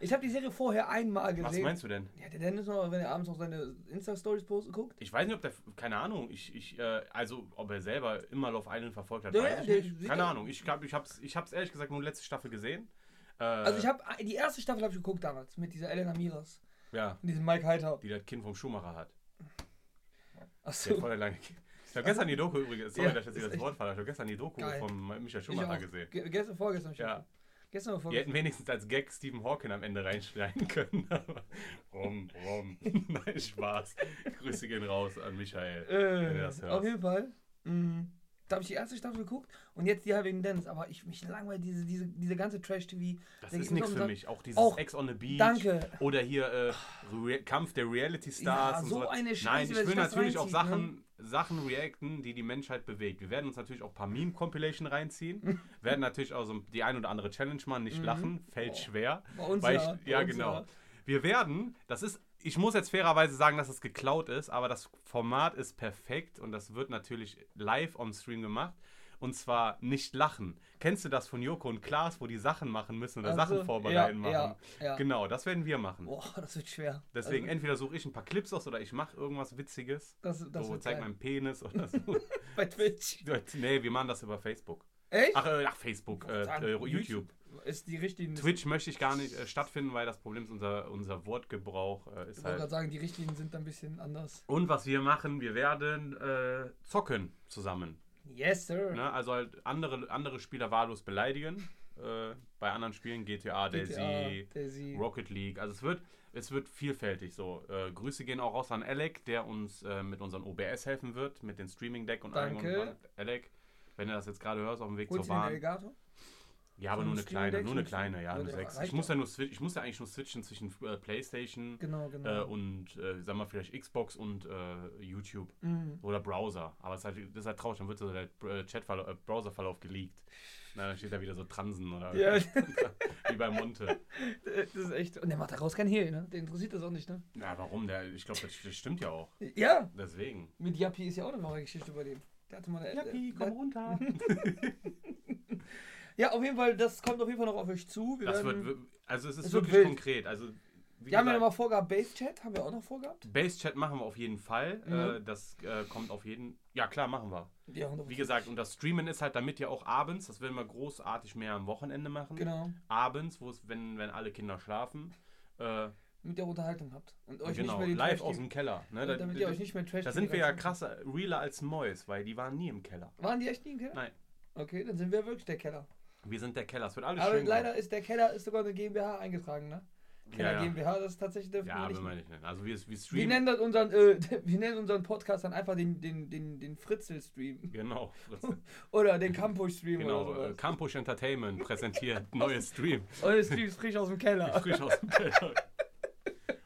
[SPEAKER 2] Ich habe die Serie vorher einmal gesehen.
[SPEAKER 3] Was meinst du denn?
[SPEAKER 2] Ja, der Dennis noch, wenn er abends noch seine Insta-Stories postet, guckt.
[SPEAKER 3] Ich weiß nicht, ob der, keine Ahnung, ich, ich, äh, also ob er selber immer Love Island verfolgt hat,
[SPEAKER 2] Ja,
[SPEAKER 3] weiß
[SPEAKER 2] der
[SPEAKER 3] ich nicht.
[SPEAKER 2] sieht
[SPEAKER 3] Keine
[SPEAKER 2] ja-
[SPEAKER 3] Ahnung, ich, hab, ich, hab's, ich hab's ehrlich gesagt nur letzte Staffel gesehen. Äh,
[SPEAKER 2] Also ich habe die erste Staffel habe ich geguckt damals mit dieser Elena Miras
[SPEAKER 3] Ja,
[SPEAKER 2] und diesem Mike Heiter.
[SPEAKER 3] die das Kind vom Schuhmacher hat. Der hat
[SPEAKER 2] Achso.
[SPEAKER 3] voll lange... Ich habe gestern die Doku übrigens, sorry,
[SPEAKER 2] Ja,
[SPEAKER 3] dass ich jetzt
[SPEAKER 2] ist
[SPEAKER 3] das
[SPEAKER 2] echt-
[SPEAKER 3] Wort falle, ich habe gestern die Doku
[SPEAKER 2] Geil.
[SPEAKER 3] von Michael
[SPEAKER 2] Ich
[SPEAKER 3] Schumacher
[SPEAKER 2] auch.
[SPEAKER 3] gesehen.
[SPEAKER 2] Ge gestern vorgestern schon.
[SPEAKER 3] Ja.
[SPEAKER 2] Gestern oder
[SPEAKER 3] Die
[SPEAKER 2] vorgestern.
[SPEAKER 3] hätten wenigstens als Gag Stephen Hawking am Ende reinschneiden können. aber rum, rum. Nein, Spaß. Grüße gehen raus an Michael. wenn du das
[SPEAKER 2] Äh,
[SPEAKER 3] hörst.
[SPEAKER 2] auf jeden Fall. Mhm. Da habe ich die erste Staffel geguckt und jetzt die halt wegen Dennis. Aber ich mich langweilt diese, diese, diese ganze Trash-TV.
[SPEAKER 3] Das
[SPEAKER 2] Da
[SPEAKER 3] ist
[SPEAKER 2] geht mir
[SPEAKER 3] nichts
[SPEAKER 2] so
[SPEAKER 3] für
[SPEAKER 2] um-
[SPEAKER 3] mich. Auch dieses
[SPEAKER 2] Auch-
[SPEAKER 3] Ex on the Beach.
[SPEAKER 2] Danke.
[SPEAKER 3] Oder hier äh, Re Kampf der Reality Stars.
[SPEAKER 2] Ja,
[SPEAKER 3] und
[SPEAKER 2] so
[SPEAKER 3] sowas.
[SPEAKER 2] eine Scheiße,
[SPEAKER 3] Nein, ich
[SPEAKER 2] wer
[SPEAKER 3] will
[SPEAKER 2] sich das
[SPEAKER 3] natürlich auch
[SPEAKER 2] reinzieht, ne?
[SPEAKER 3] Sachen, Sachen reacten, die die Menschheit bewegt. Wir werden uns natürlich auch ein paar Meme-Compilation reinziehen. werden natürlich auch so die ein oder andere Challenge machen.
[SPEAKER 2] Mhm.
[SPEAKER 3] Nicht lachen, fällt schwer.
[SPEAKER 2] Bei uns
[SPEAKER 3] weil
[SPEAKER 2] ja,
[SPEAKER 3] Ich,
[SPEAKER 2] bei
[SPEAKER 3] ja,
[SPEAKER 2] uns
[SPEAKER 3] genau.
[SPEAKER 2] ja.
[SPEAKER 3] Wir werden, das ist, ich muss jetzt fairerweise sagen, dass es geklaut ist, aber das Format ist perfekt und das wird natürlich live on Stream gemacht. Und zwar nicht lachen. Kennst du das von Joko und Klaas, wo die Sachen machen müssen oder
[SPEAKER 2] Ach so,
[SPEAKER 3] Sachen vorbereiten
[SPEAKER 2] ja,
[SPEAKER 3] machen?
[SPEAKER 2] ja, ja.
[SPEAKER 3] Genau, das werden wir machen.
[SPEAKER 2] Boah, das wird schwer.
[SPEAKER 3] Deswegen
[SPEAKER 2] also,
[SPEAKER 3] entweder suche ich ein paar Clips aus oder ich mache irgendwas Witziges.
[SPEAKER 2] Das- das
[SPEAKER 3] so,
[SPEAKER 2] wird
[SPEAKER 3] zeig
[SPEAKER 2] geil.
[SPEAKER 3] meinen Penis oder so.
[SPEAKER 2] bei Twitch.
[SPEAKER 3] nee, wir machen das über Facebook.
[SPEAKER 2] Echt?
[SPEAKER 3] Ach, äh, ach Facebook, äh, äh, YouTube.
[SPEAKER 2] Ist die Richtlinie.
[SPEAKER 3] Twitch möchte ich gar nicht äh, stattfinden, weil das Problem ist, unser, unser Wortgebrauch äh,
[SPEAKER 2] Ich
[SPEAKER 3] ist
[SPEAKER 2] wollte gerade
[SPEAKER 3] halt.
[SPEAKER 2] sagen, die Richtlinien sind ein bisschen anders.
[SPEAKER 3] Und was wir machen, wir werden äh, zocken zusammen.
[SPEAKER 2] Yes, sir.
[SPEAKER 3] Ne? Also halt andere, andere Spieler wahllos beleidigen. Äh, bei anderen Spielen
[SPEAKER 2] GTA,
[SPEAKER 3] GTA, Daisy,
[SPEAKER 2] Daisy.
[SPEAKER 3] Rocket League. Also es wird, es wird vielfältig so. Äh, Grüße gehen auch raus an Alec, der uns äh, mit unseren OBS helfen wird, mit den Streaming Deck und allem.
[SPEAKER 2] Danke.
[SPEAKER 3] Und dran. Alec, wenn du das jetzt gerade hörst auf dem Weg
[SPEAKER 2] Holst
[SPEAKER 3] zur
[SPEAKER 2] du den
[SPEAKER 3] Bahn.
[SPEAKER 2] Alligator?
[SPEAKER 3] Ja, aber
[SPEAKER 2] so
[SPEAKER 3] nur
[SPEAKER 2] ein
[SPEAKER 3] eine kleine,
[SPEAKER 2] Streaming-Deck
[SPEAKER 3] nur eine
[SPEAKER 2] schon?
[SPEAKER 3] kleine, ja,
[SPEAKER 2] Ja,
[SPEAKER 3] eine
[SPEAKER 2] der
[SPEAKER 3] 6. Ich
[SPEAKER 2] reicht
[SPEAKER 3] muss
[SPEAKER 2] doch.
[SPEAKER 3] ja nur switch, ich muss ja eigentlich nur switchen zwischen äh, PlayStation
[SPEAKER 2] Genau,
[SPEAKER 3] äh,
[SPEAKER 2] genau.
[SPEAKER 3] und äh, sag mal vielleicht Xbox und äh, YouTube
[SPEAKER 2] Mhm.
[SPEAKER 3] oder Browser. Aber es ist halt, das ist halt traurig, dann wird so der äh, Chatverlauf, äh, Browserverlauf geleakt. Na, dann steht da wieder so Transen oder
[SPEAKER 2] Ja.
[SPEAKER 3] wie bei Monte.
[SPEAKER 2] Äh, das ist echt. Und der macht daraus kein Hehl, ne? Den interessiert das auch nicht, ne?
[SPEAKER 3] Na, warum? Der, ich glaube, das, das stimmt ja auch.
[SPEAKER 2] Ja,
[SPEAKER 3] Deswegen.
[SPEAKER 2] mit Yappi ist ja auch eine wahre Geschichte bei dem. Der hatte mal eine, äh, der,
[SPEAKER 3] runter.
[SPEAKER 2] Ja, auf jeden Fall, das kommt auf jeden Fall noch auf euch zu. Wir
[SPEAKER 3] Das
[SPEAKER 2] werden,
[SPEAKER 3] wird, also es ist
[SPEAKER 2] Ähm, Es wird
[SPEAKER 3] wirklich
[SPEAKER 2] wild.
[SPEAKER 3] konkret. Also wie
[SPEAKER 2] Wir haben ja
[SPEAKER 3] gesagt,
[SPEAKER 2] nochmal vorgehabt, Base-Chat haben wir auch noch vorgehabt.
[SPEAKER 3] Base-Chat machen wir auf jeden Fall.
[SPEAKER 2] Mhm.
[SPEAKER 3] Äh, das äh, kommt auf jeden. Ja, klar, machen wir.
[SPEAKER 2] Ja,
[SPEAKER 3] Wie gesagt, und das Streamen ist halt damit ja auch abends, das werden wir großartig mehr am Wochenende machen.
[SPEAKER 2] Genau,
[SPEAKER 3] Abends, wo es, wenn, wenn alle Kinder schlafen. Äh,
[SPEAKER 2] damit ihr Unterhaltung habt. Und euch
[SPEAKER 3] genau,
[SPEAKER 2] nicht mehr den
[SPEAKER 3] live
[SPEAKER 2] Trash-
[SPEAKER 3] aus dem Keller. Ne? Da,
[SPEAKER 2] Damit ihr euch nicht mehr Trash
[SPEAKER 3] da sind wir ja krasser, realer als Mois, weil die waren nie im Keller.
[SPEAKER 2] Waren die echt nie im Keller?
[SPEAKER 3] Nein,
[SPEAKER 2] Okay, dann sind wir wirklich der Keller.
[SPEAKER 3] wir sind der Keller. Es wird alles
[SPEAKER 2] Aber
[SPEAKER 3] schön.
[SPEAKER 2] leider ist der Keller ist sogar eine GmbH eingetragen, ne? Keller
[SPEAKER 3] Ja, ja.
[SPEAKER 2] GmbH, das ist tatsächlich dürfen
[SPEAKER 3] ja,
[SPEAKER 2] wir
[SPEAKER 3] will
[SPEAKER 2] nicht.
[SPEAKER 3] man nicht nennen. Also wir, wir
[SPEAKER 2] wir,
[SPEAKER 3] streamen.
[SPEAKER 2] nennen das unseren, äh, wir nennen unseren Podcast dann einfach den, den, den, den Fritzel-Stream.
[SPEAKER 3] Genau, Fritz.
[SPEAKER 2] Oder den Campusch-Stream
[SPEAKER 3] genau.
[SPEAKER 2] oder
[SPEAKER 3] Äh,
[SPEAKER 2] sowas.
[SPEAKER 3] Campusch Entertainment präsentiert neues Stream.
[SPEAKER 2] Eure Streams frisch aus dem Keller.
[SPEAKER 3] Frisch aus dem Keller.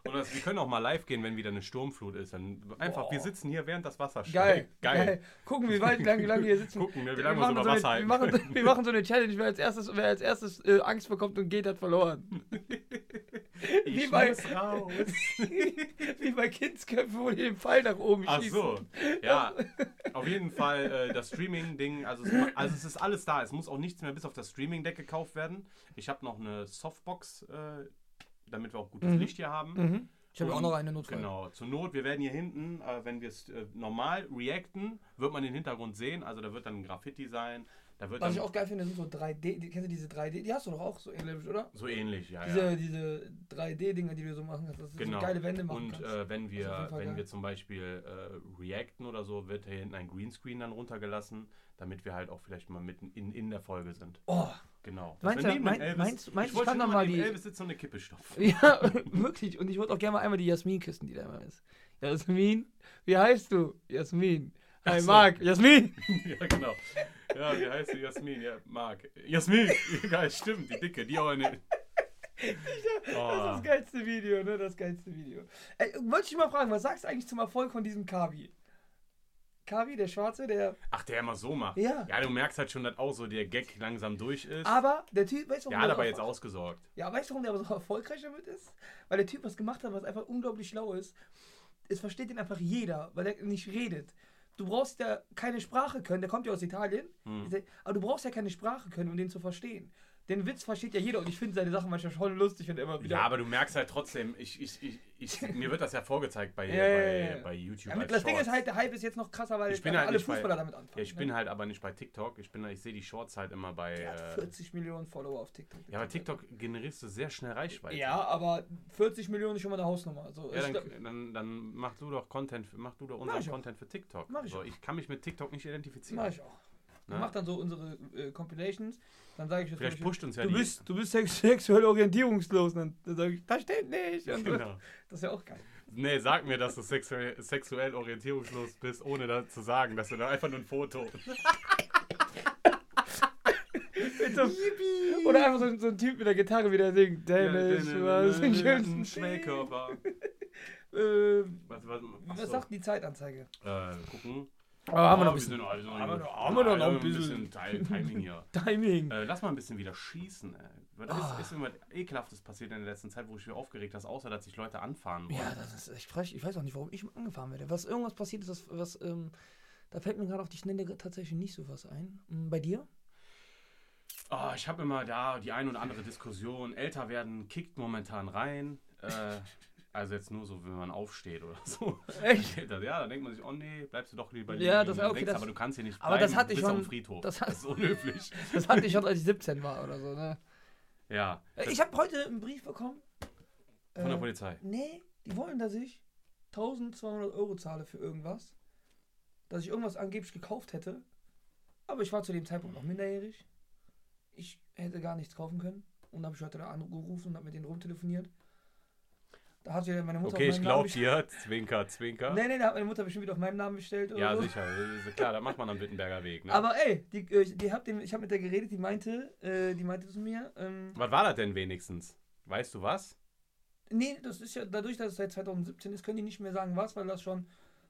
[SPEAKER 3] Und das, wir können auch mal live gehen, wenn wieder eine Sturmflut ist. Dann einfach, wir sitzen hier, während das Wasser
[SPEAKER 2] Geil,
[SPEAKER 3] steigt.
[SPEAKER 2] geil. Gucken, wie weit, wie lange, wie lange wir hier sitzen.
[SPEAKER 3] Gucken, ne, wie
[SPEAKER 2] Wir
[SPEAKER 3] lange wir
[SPEAKER 2] machen
[SPEAKER 3] uns über
[SPEAKER 2] so
[SPEAKER 3] Wasser
[SPEAKER 2] eine, wir
[SPEAKER 3] halten.
[SPEAKER 2] machen, wir machen so eine Challenge, wer als erstes, wer als erstes äh, Angst bekommt und geht, hat
[SPEAKER 3] Hm.
[SPEAKER 2] verloren. wie, bei,
[SPEAKER 3] muss raus.
[SPEAKER 2] wie bei Kindsköpfen, wo die den Pfeil nach oben
[SPEAKER 3] Ach
[SPEAKER 2] schießen.
[SPEAKER 3] so, ja. Auf jeden Fall äh, das Streaming-Ding. Also, es ma- also es ist alles da. Es muss auch nichts mehr bis auf das Streaming-Deck gekauft werden. Ich habe noch eine Softbox, äh, damit wir auch gutes Licht hier haben.
[SPEAKER 4] Ich habe ja auch
[SPEAKER 3] Und-
[SPEAKER 4] noch eine Notfall.
[SPEAKER 3] Genau, zur Not, wir werden hier hinten, äh, wenn wir es äh, normal reacten, wird man den Hintergrund sehen. Also da wird dann ein Graffiti sein, da wird
[SPEAKER 2] Was ich
[SPEAKER 3] dann
[SPEAKER 2] auch geil finde, sind so 3D, die- kennst du diese 3D, die hast du doch auch so ähnlich, oder?
[SPEAKER 3] so ähnlich, ja.
[SPEAKER 2] Diese,
[SPEAKER 3] ja.
[SPEAKER 2] diese 3D-Dinger, die du so machen kannst, dass du
[SPEAKER 3] Genau.
[SPEAKER 2] so geile Wände machen
[SPEAKER 3] Und
[SPEAKER 2] kannst.
[SPEAKER 3] äh, wenn
[SPEAKER 2] Das ist auf
[SPEAKER 3] wir,
[SPEAKER 2] jeden Fall
[SPEAKER 3] wenn
[SPEAKER 2] geil.
[SPEAKER 3] wir zum Beispiel äh, reacten oder so, wird hier hinten ein Greenscreen dann runtergelassen, damit wir halt auch vielleicht mal mitten in, in der Folge sind.
[SPEAKER 4] Oh,
[SPEAKER 3] Genau.
[SPEAKER 4] Meinst
[SPEAKER 3] Dass
[SPEAKER 4] du-
[SPEAKER 3] wir neben dem
[SPEAKER 4] mein- meinst- meinst
[SPEAKER 3] ich
[SPEAKER 4] du,
[SPEAKER 3] wollte
[SPEAKER 4] ich kann
[SPEAKER 3] schon
[SPEAKER 4] doch
[SPEAKER 3] immer
[SPEAKER 4] mal
[SPEAKER 3] neben
[SPEAKER 4] die-
[SPEAKER 3] Elvis sitzen und eine Kippe stopfen.
[SPEAKER 4] ja, wirklich. Und ich wollte auch gerne mal einmal die Jasmin-Kisten, die da immer ist. Jasmin, wie heißt du? Jasmin. Hi,
[SPEAKER 3] Ach so.
[SPEAKER 4] Marc. Jasmin!
[SPEAKER 3] ja, genau. Ja, wie heißt sie? Jasmin, ja, Marc. Jasmin! Geil, stimmt, die Dicke, die auch Oh. eine...
[SPEAKER 2] Das ist das geilste Video, ne? Das geilste Video. Ey, wollte ich dich mal fragen, was sagst du eigentlich zum Erfolg von diesem Kavi? Kavi, der Schwarze, der.
[SPEAKER 3] Ach, der immer so macht.
[SPEAKER 2] Ja. Ah,
[SPEAKER 3] Ja, du merkst halt schon, dass auch so der Gag langsam durch ist.
[SPEAKER 2] Aber der Typ, weißt du,
[SPEAKER 3] der hat
[SPEAKER 2] der
[SPEAKER 3] aber
[SPEAKER 2] so-
[SPEAKER 3] jetzt ausgesorgt.
[SPEAKER 2] Ja, weißt du, warum der aber so erfolgreich damit ist? Weil der Typ was gemacht hat, was einfach unglaublich schlau ist. Es versteht ihn einfach jeder, weil er nicht redet. Du brauchst ja keine Sprache können, der kommt ja aus Italien,
[SPEAKER 3] Hm.
[SPEAKER 2] aber du brauchst ja keine Sprache können, um den zu verstehen. Den Witz versteht ja jeder und ich finde seine Sachen manchmal schon lustig und immer wieder.
[SPEAKER 3] Ja, aber du merkst halt trotzdem, ich, ich, ich, ich, mir wird das ja vorgezeigt bei,
[SPEAKER 2] Ja, ja,
[SPEAKER 3] bei,
[SPEAKER 2] ja, ja.
[SPEAKER 3] bei YouTube.
[SPEAKER 2] Ja, mit-
[SPEAKER 3] als
[SPEAKER 2] das Ding
[SPEAKER 3] Shorts.
[SPEAKER 2] ist halt, der Hype ist jetzt noch krasser, weil
[SPEAKER 3] ich bin
[SPEAKER 2] jetzt
[SPEAKER 3] halt
[SPEAKER 2] alle
[SPEAKER 3] nicht bei-
[SPEAKER 2] Fußballer damit anfangen.
[SPEAKER 3] Ja, ich
[SPEAKER 2] ne?
[SPEAKER 3] bin halt aber nicht bei TikTok. Ich bin, ich sehe die Shorts halt immer bei.
[SPEAKER 2] Der hat
[SPEAKER 3] Äh,
[SPEAKER 2] 40 Millionen Follower auf TikTok.
[SPEAKER 3] ja, bei TikTok generierst du sehr schnell Reichweite.
[SPEAKER 2] Ja, aber 40 Millionen ist schon mal eine Hausnummer. Also,
[SPEAKER 3] Ja,
[SPEAKER 2] ich glaub-
[SPEAKER 3] dann, dann, dann mach du doch Content, mach du doch
[SPEAKER 2] Mach
[SPEAKER 3] unseren
[SPEAKER 2] ich auch.
[SPEAKER 3] Content für TikTok.
[SPEAKER 2] Mach ich
[SPEAKER 3] so,
[SPEAKER 2] auch.
[SPEAKER 3] ich kann mich mit TikTok nicht identifizieren.
[SPEAKER 2] Mach ich auch. Ich
[SPEAKER 3] Ne?
[SPEAKER 2] mach dann so unsere äh, Compilations, dann sage ich jetzt
[SPEAKER 3] Vielleicht
[SPEAKER 2] zum Beispiel,
[SPEAKER 3] pusht uns ja
[SPEAKER 2] du
[SPEAKER 3] die.
[SPEAKER 2] bist, du bist sex sexuell orientierungslos. Und dann, dann sage ich, das stimmt nicht. Und
[SPEAKER 3] Genau.
[SPEAKER 2] Das ist ja auch geil.
[SPEAKER 3] Nee, sag mir, dass du sexuell, sexuell orientierungslos bist, ohne das zu sagen, dass du da einfach nur ein Foto.
[SPEAKER 2] Mit so, oder einfach so, so ein Typ mit der Gitarre, wie der singt. Dennis, du hast den schönsten Schmähkörper.
[SPEAKER 3] Schmähkörper.
[SPEAKER 2] Ähm,
[SPEAKER 3] Was, was, ach
[SPEAKER 2] was
[SPEAKER 3] so.
[SPEAKER 2] sagt die Zeitanzeige?
[SPEAKER 3] Äh, gucken.
[SPEAKER 4] Aber haben wir noch
[SPEAKER 3] Ah,
[SPEAKER 4] ein bisschen
[SPEAKER 3] sind, ah, wir sind
[SPEAKER 2] haben wir noch-
[SPEAKER 3] ja,
[SPEAKER 2] haben wir noch ein
[SPEAKER 3] bisschen Teil- Timing hier.
[SPEAKER 2] Timing.
[SPEAKER 3] Äh, lass mal ein bisschen wieder schießen. Ey. Weil
[SPEAKER 4] Ah.
[SPEAKER 3] Da ist, ist irgendwas Ekelhaftes passiert in der letzten Zeit, wo ich mich aufgeregt habe, außer dass sich Leute anfahren wollen.
[SPEAKER 4] Ja, das ist echt frech. Ich weiß auch nicht, warum ich angefahren werde. Was irgendwas passiert ist, was, was ähm, da fällt mir gerade auf die Schnelle tatsächlich nicht so was ein. Hm, Bei dir?
[SPEAKER 3] Ah, ich habe immer da die ein oder andere Diskussion. Älter werden kickt momentan rein. Äh, also jetzt nur so, wenn man aufsteht oder so.
[SPEAKER 4] Echt?
[SPEAKER 3] Ja, dann denkt man sich, oh nee, bleibst du doch lieber liegen.
[SPEAKER 4] Ja, das-
[SPEAKER 3] Und dann
[SPEAKER 4] okay,
[SPEAKER 3] denkst, du,
[SPEAKER 4] das-
[SPEAKER 3] aber du kannst hier nicht
[SPEAKER 4] aber das
[SPEAKER 3] bleiben,
[SPEAKER 4] hatte
[SPEAKER 3] du
[SPEAKER 4] ich
[SPEAKER 3] bist auf
[SPEAKER 4] schon-
[SPEAKER 3] dem Friedhof.
[SPEAKER 4] das
[SPEAKER 3] Das,
[SPEAKER 4] hat-
[SPEAKER 3] ist unhöflich.
[SPEAKER 4] Das hatte ich schon, als ich 17 war oder so. Ne?
[SPEAKER 3] Ja,
[SPEAKER 2] Äh,
[SPEAKER 3] das-
[SPEAKER 2] Ich habe heute einen Brief bekommen.
[SPEAKER 3] von der
[SPEAKER 2] äh,
[SPEAKER 3] Polizei.
[SPEAKER 2] Nee, die wollen, dass ich 1200 Euro zahle für irgendwas. Dass ich irgendwas angeblich gekauft hätte. Aber ich war zu dem Zeitpunkt noch minderjährig. Ich hätte gar nichts kaufen können. Und habe ich heute da angerufen und habe mit denen rumtelefoniert. Da hat wieder meine Mutter
[SPEAKER 3] Okay,
[SPEAKER 2] auf
[SPEAKER 3] ich
[SPEAKER 2] meinen Namen
[SPEAKER 3] glaube dir. Zwinker, zwinker.
[SPEAKER 2] bestellt. Nee, nee, da hat meine Mutter bestimmt wieder auf meinen Namen bestellt. Oder
[SPEAKER 3] Ja,
[SPEAKER 2] so.
[SPEAKER 3] sicher. Das ist Klar, das macht man am Wittenberger Weg. Ne?
[SPEAKER 2] Aber ey, die, äh, die hab dem, ich habe mit der geredet, die meinte, äh, die meinte zu mir, ähm,
[SPEAKER 3] was war das denn wenigstens? Weißt du was?
[SPEAKER 2] Nee, das ist ja dadurch, dass es seit 2017 ist, können die nicht mehr sagen, was, weil das schon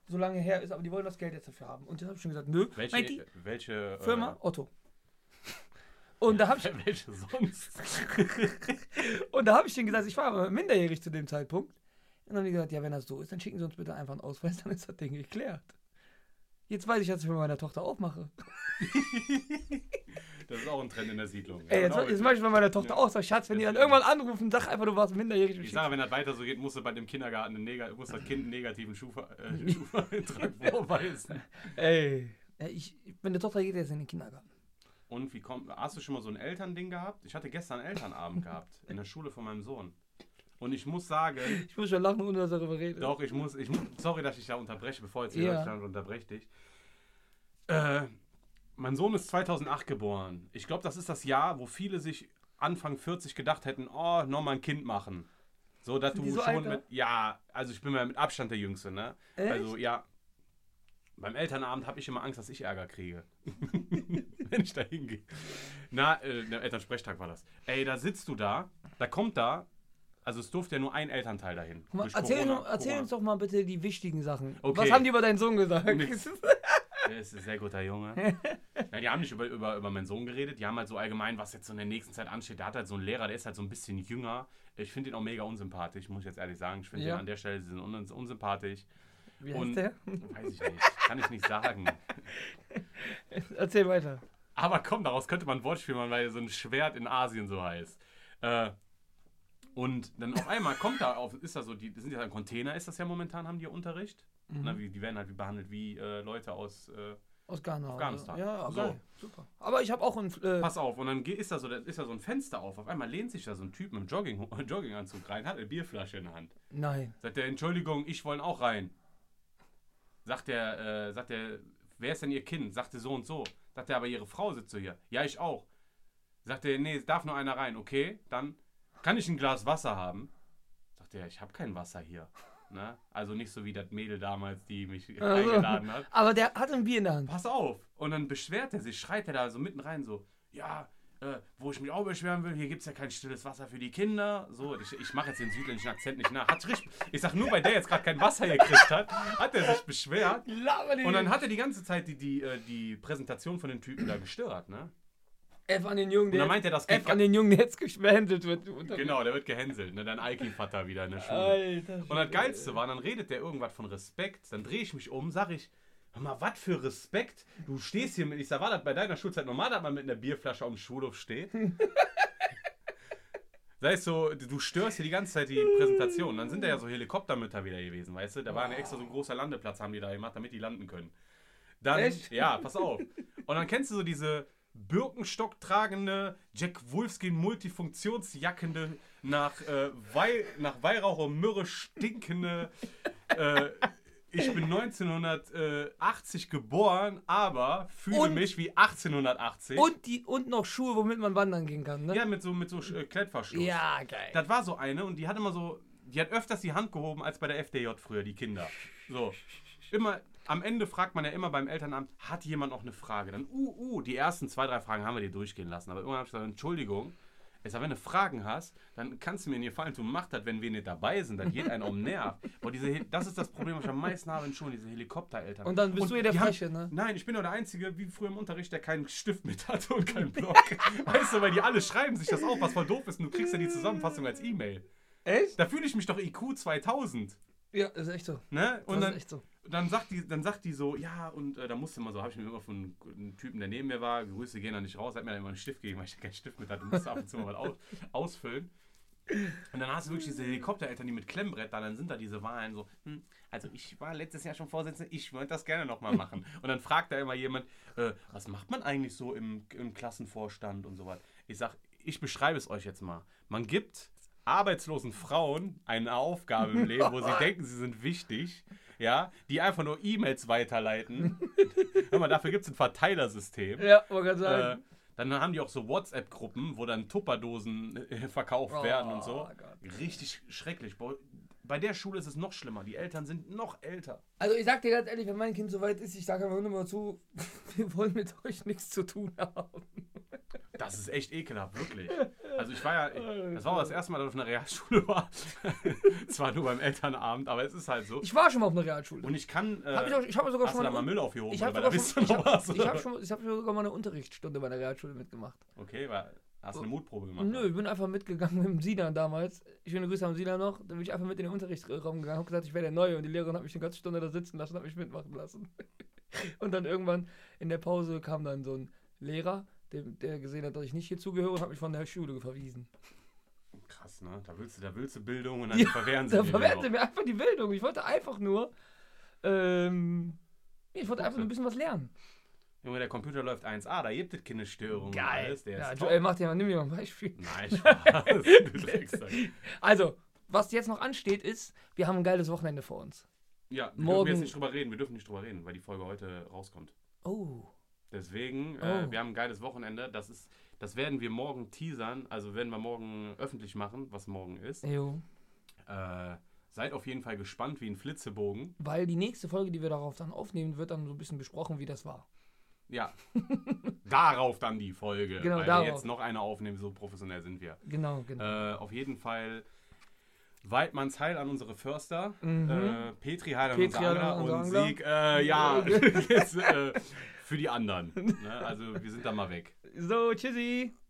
[SPEAKER 2] so lange her ist, aber die wollen das Geld jetzt dafür haben. Und dann habe ich schon gesagt, nö,
[SPEAKER 3] Welche,
[SPEAKER 2] meint die
[SPEAKER 3] welche äh,
[SPEAKER 2] Firma Otto. Und da habe ich,
[SPEAKER 3] welche sonst?
[SPEAKER 2] und da hab ich denen gesagt, ich war aber minderjährig zu dem Zeitpunkt. Und dann haben die gesagt, ja, wenn das so ist, dann schicken sie uns bitte einfach einen Ausweis, dann ist das Ding geklärt. Jetzt weiß ich, dass ich mit meiner Tochter aufmache.
[SPEAKER 3] Das ist auch ein Trend in der Siedlung.
[SPEAKER 2] Ey, jetzt,
[SPEAKER 3] Genau.
[SPEAKER 2] jetzt mach ich bei meiner Tochter auch, sag Schatz, wenn die dann irgendwann anrufen, sag einfach, du warst minderjährig und
[SPEAKER 3] Ich
[SPEAKER 2] schick-
[SPEAKER 3] sage, wenn das weiter so geht, musst du bei dem Kindergarten einen nega, musst das Kind einen negativen Schufa- äh, Schufa-Eintrag vorweisen.
[SPEAKER 2] Ey. Ja, ich, meine Tochter geht jetzt in den Kindergarten.
[SPEAKER 3] Und wie kommt, hast du schon mal so ein Elternding gehabt? Ich hatte gestern einen Elternabend gehabt in der Schule von meinem Sohn. Und ich muss sagen,
[SPEAKER 2] Ich muss schon lachen, ohne dass er darüber redet.
[SPEAKER 3] doch, ich muss, ich mu- sorry, dass ich da unterbreche, bevor jetzt
[SPEAKER 2] Ja.
[SPEAKER 3] jeder ja. unterbreche dich. Äh, mein Sohn ist 2008 geboren. Ich glaube, das ist das Jahr, wo viele sich Anfang 40 gedacht hätten, oh, nochmal ein Kind machen. So, dass
[SPEAKER 2] Sind
[SPEAKER 3] du
[SPEAKER 2] die so alt,
[SPEAKER 3] schon mit, ja, also ich bin ja mit Abstand der Jüngste, ne?
[SPEAKER 2] Echt?
[SPEAKER 3] Also, ja. Beim Elternabend habe ich immer Angst, dass ich Ärger kriege. Wenn ich da hingehe. Na, äh, der Elternsprechtag war das. Ey, da sitzt du da, da kommt da, also es durfte ja nur ein Elternteil dahin.
[SPEAKER 2] Mal,
[SPEAKER 3] Durch
[SPEAKER 2] erzähl
[SPEAKER 3] Corona-
[SPEAKER 2] uns- erzähl uns doch mal bitte die wichtigen Sachen.
[SPEAKER 3] Okay.
[SPEAKER 2] Was haben die über deinen Sohn gesagt?
[SPEAKER 3] Nix. Der ist ein sehr guter Junge. Na, die haben nicht über, über, über meinen Sohn geredet. Die haben halt so allgemein, was jetzt so in der nächsten Zeit ansteht. Da hat halt so einen Lehrer, der ist halt so ein bisschen jünger. Ich finde ihn auch mega unsympathisch, muss ich jetzt ehrlich sagen. Ich finde
[SPEAKER 2] Ja.
[SPEAKER 3] ihn an der Stelle sie sind un unsympathisch.
[SPEAKER 2] Wie heißt
[SPEAKER 3] Und
[SPEAKER 2] der?
[SPEAKER 3] weiß ich nicht. Kann ich nicht sagen.
[SPEAKER 2] Erzähl weiter.
[SPEAKER 3] Aber komm, daraus könnte man ein Wortspiel machen, weil so ein Schwert in Asien so heißt. Äh, und dann auf einmal kommt da auf, ist da so, die sind ja ein Container, ist das ja momentan, haben die ja Unterricht.
[SPEAKER 2] Mhm.
[SPEAKER 3] Na, wie, die werden halt wie behandelt wie äh, Leute aus. Äh,
[SPEAKER 2] Aus Ghana. oder?
[SPEAKER 3] Afghanistan.
[SPEAKER 2] Ja,
[SPEAKER 3] So.
[SPEAKER 2] geil. Super. Aber ich habe auch einen. Äh,
[SPEAKER 3] Pass auf, und dann ge- ist da, so, da ist da so ein Fenster auf. Auf einmal lehnt sich da so ein Typ mit einem Jogging, Jogginganzug rein, hat eine Bierflasche in der Hand.
[SPEAKER 2] nein.
[SPEAKER 3] Sagt er, Entschuldigung, ich wollen auch rein. Sagt er, äh, sagt er, wer ist denn ihr Kind? Sagt er so und so. Sagt er, aber ihre Frau sitzt so hier. Ja, ich auch. Sagt er, nee, es darf nur einer rein. Okay, dann kann ich ein Glas Wasser haben. Sagt er, ich habe kein Wasser hier. Ne? Also nicht so wie das Mädel damals, die mich
[SPEAKER 2] Also,
[SPEAKER 3] eingeladen hat.
[SPEAKER 2] aber der hat ein Bier in der Hand.
[SPEAKER 3] pass auf. Und dann beschwert er sich, schreit er da so mitten rein so, ja, äh, wo ich mich auch beschweren will, hier gibt es ja kein stilles Wasser für die Kinder. So, ich, ich mache jetzt den südländischen Akzent nicht nach. Hat richtig, ich sag nur, weil der jetzt gerade kein Wasser gekriegt hat, hat er sich beschwert.
[SPEAKER 2] Laber den
[SPEAKER 3] Und dann hat er die ganze Zeit die, die, äh, die Präsentation von den Typen da gestört, ne?
[SPEAKER 2] F an den Jungen,
[SPEAKER 3] Und
[SPEAKER 2] der.
[SPEAKER 3] dann meint er, das geht
[SPEAKER 2] F an den Jungen, der jetzt gehandelt wird. du Unter-
[SPEAKER 3] Genau, der wird gehänselt, ne? Dein Aiki-Vater wieder in der Schule.
[SPEAKER 2] Alter.
[SPEAKER 3] Und das Geilste war, dann redet der irgendwas von Respekt. Dann drehe ich mich um, sag ich, hör mal, was für Respekt? Du stehst hier mit. Ich sag, war das bei deiner Schulzeit normal, dass man mit einer Bierflasche auf dem Schulhof steht? Sei es so, du störst hier die ganze Zeit die Präsentation. Dann sind da ja so Helikoptermütter wieder gewesen, weißt du? Da war ein extra so ein großer Landeplatz, haben die da gemacht, damit die landen können. Dann,
[SPEAKER 2] Echt?
[SPEAKER 3] ja, pass auf. Und dann kennst du so diese Birkenstock tragende, Jack Wolfskin multifunktionsjackende, nach, äh, Wei nach Weihrauch und Myrrhe stinkende. Äh, ich bin 1980 geboren, aber fühle
[SPEAKER 2] Und-
[SPEAKER 3] mich wie 1880.
[SPEAKER 2] Und, die, und noch Schuhe, womit man wandern gehen kann, ne?
[SPEAKER 3] ja, mit so, mit so äh, Klettverschluss.
[SPEAKER 2] Ja, geil.
[SPEAKER 3] Das war so eine und die hat immer so, die hat öfters die Hand gehoben als bei der FDJ früher, die Kinder. So. Immer, am Ende fragt man ja immer beim Elternamt, hat jemand noch eine Frage? Dann, uh, uh, die ersten zwei, drei Fragen haben wir dir durchgehen lassen. Aber irgendwann habe ich gesagt, Entschuldigung, ich sag, wenn du Fragen hast, dann kannst du mir einen Gefallen tun, mach das, wenn wir nicht dabei sind, dann geht einen um den Nerv. Boah, diese, Hel- das ist das Problem, was ich am meisten habe in Schulen, diese Helikoptereltern.
[SPEAKER 2] Und dann bist du hier der
[SPEAKER 3] die haben-
[SPEAKER 2] Freche, ne?
[SPEAKER 3] Nein, ich bin doch der Einzige, wie früher im Unterricht, der keinen Stift mit hatte und keinen Block. weißt du, weil die alle schreiben sich das auf, was voll doof ist. Und du kriegst ja die Zusammenfassung als E-Mail.
[SPEAKER 2] Echt?
[SPEAKER 3] Da fühle ich mich doch IQ 2000.
[SPEAKER 2] Ja, ist echt so.
[SPEAKER 3] Ne?
[SPEAKER 2] Das
[SPEAKER 3] Und dann,
[SPEAKER 2] ist echt so.
[SPEAKER 3] dann, sagt die, dann sagt die so, ja, und äh, da musste man so, habe ich mir immer von einem Typen, der neben mir war, Grüße gehen da nicht raus, hat mir dann immer einen Stift gegeben, weil ich keinen Stift mit hatte, musste ab und zu mal was aus, ausfüllen. Und dann hast du wirklich diese Helikoptereltern, die mit Klemmbrett da, dann sind da diese Wahlen so, hm, also ich war letztes Jahr schon Vorsitzender, ich würde das gerne nochmal machen. Und dann fragt da immer jemand, äh, was macht man eigentlich so im, im Klassenvorstand und sowas. Ich sag, ich beschreibe es euch jetzt mal. Man gibt arbeitslosen Frauen eine Aufgabe im Leben, wo sie denken, sie sind wichtig, ja, die einfach nur E-Mails weiterleiten. Hör mal, dafür gibt es ein Verteilersystem.
[SPEAKER 2] Ja, wollte gerade
[SPEAKER 3] Äh,
[SPEAKER 2] sagen.
[SPEAKER 3] dann haben die auch so WhatsApp-Gruppen, wo dann Tupperdosen äh, verkauft
[SPEAKER 2] Oh
[SPEAKER 3] werden und so.
[SPEAKER 2] Gott.
[SPEAKER 3] Richtig schrecklich. Bei- Bei der Schule ist es noch schlimmer. Die Eltern sind noch älter.
[SPEAKER 2] Also ich sag dir ganz ehrlich, wenn mein Kind so weit ist, ich sage einfach nur mal zu, wir wollen mit euch nichts zu tun haben.
[SPEAKER 3] Das ist echt ekelhaft, wirklich. Also ich war ja, das war auch das erste Mal, dass ich auf einer Realschule war. Zwar nur beim Elternabend, aber es ist halt so.
[SPEAKER 2] Ich war schon mal auf einer Realschule.
[SPEAKER 3] Und ich kann, äh,
[SPEAKER 2] Hab ich auch- ich hab sogar
[SPEAKER 3] hast
[SPEAKER 2] schon
[SPEAKER 3] du da
[SPEAKER 2] mal-
[SPEAKER 3] mal Müll aufgehoben?
[SPEAKER 2] Ich habe
[SPEAKER 3] oder? Weil
[SPEAKER 2] sogar, schon-
[SPEAKER 3] da
[SPEAKER 2] ich
[SPEAKER 3] bist du noch
[SPEAKER 2] hab,
[SPEAKER 3] was,
[SPEAKER 2] ich
[SPEAKER 3] oder?
[SPEAKER 2] hab schon- ich hab sogar mal eine Unterrichtsstunde bei der Realschule mitgemacht.
[SPEAKER 3] Okay, weil, hast du eine Mutprobe gemacht?
[SPEAKER 2] Oh. Nö, ich bin einfach mitgegangen mit dem Sinan damals. Schöne Grüße an Sinan noch. Dann bin ich einfach mit in den Unterrichtsraum gegangen, hab gesagt, ich wäre der Neue. Und die Lehrerin hat mich eine ganze Stunde da sitzen lassen, hat mich mitmachen lassen. Und dann irgendwann in der Pause kam dann so ein Lehrer, der, der gesehen hat, dass ich nicht hier zugehöre und hat mich von der Schule verwiesen.
[SPEAKER 3] Krass, ne? Da willst du, da willst du Bildung und dann verwehren sie
[SPEAKER 2] da
[SPEAKER 3] dir
[SPEAKER 2] verwehren
[SPEAKER 3] noch.
[SPEAKER 2] sie mir einfach die Bildung. Ich wollte einfach nur, ähm, nee, ich wollte einfach nur ein bisschen was lernen.
[SPEAKER 3] Junge, der Computer läuft 1A, da gibt es keine Störung. Alles, der
[SPEAKER 2] Ja, äh,
[SPEAKER 3] ist
[SPEAKER 2] Joel,
[SPEAKER 3] top.
[SPEAKER 2] mach dir mal, nimm dir mal ein Beispiel.
[SPEAKER 3] Nein, Spaß. du Drecksack.
[SPEAKER 2] Also, was jetzt noch ansteht, ist, wir haben ein geiles Wochenende vor uns.
[SPEAKER 3] Ja, wir dürfen
[SPEAKER 2] Morgen-
[SPEAKER 3] jetzt nicht drüber reden. Wir dürfen nicht drüber reden, weil die Folge heute rauskommt.
[SPEAKER 2] Oh.
[SPEAKER 3] Deswegen, äh,
[SPEAKER 2] Oh.
[SPEAKER 3] wir haben ein geiles Wochenende. Das ist, das werden wir morgen teasern. Also werden wir morgen öffentlich machen, was morgen ist.
[SPEAKER 2] Jo.
[SPEAKER 3] Äh, seid auf jeden Fall gespannt wie ein Flitzebogen.
[SPEAKER 2] Weil die nächste Folge, die wir darauf dann aufnehmen, wird dann so ein bisschen besprochen, wie das war.
[SPEAKER 3] Ja. darauf dann die Folge.
[SPEAKER 2] Genau,
[SPEAKER 3] weil
[SPEAKER 2] darauf.
[SPEAKER 3] wir jetzt noch eine aufnehmen, so professionell sind wir.
[SPEAKER 2] Genau, genau.
[SPEAKER 3] Äh, auf jeden Fall Weidmanns Heil an unsere Förster, äh, Petri Heil an
[SPEAKER 2] Mhm. Petri
[SPEAKER 3] unsere
[SPEAKER 2] Heil an
[SPEAKER 3] Angler und
[SPEAKER 2] unsere Angler.
[SPEAKER 3] Sieg, äh, ja, jetzt, äh, für die anderen. Ne? Also wir sind da mal weg.
[SPEAKER 2] So, tschüssi.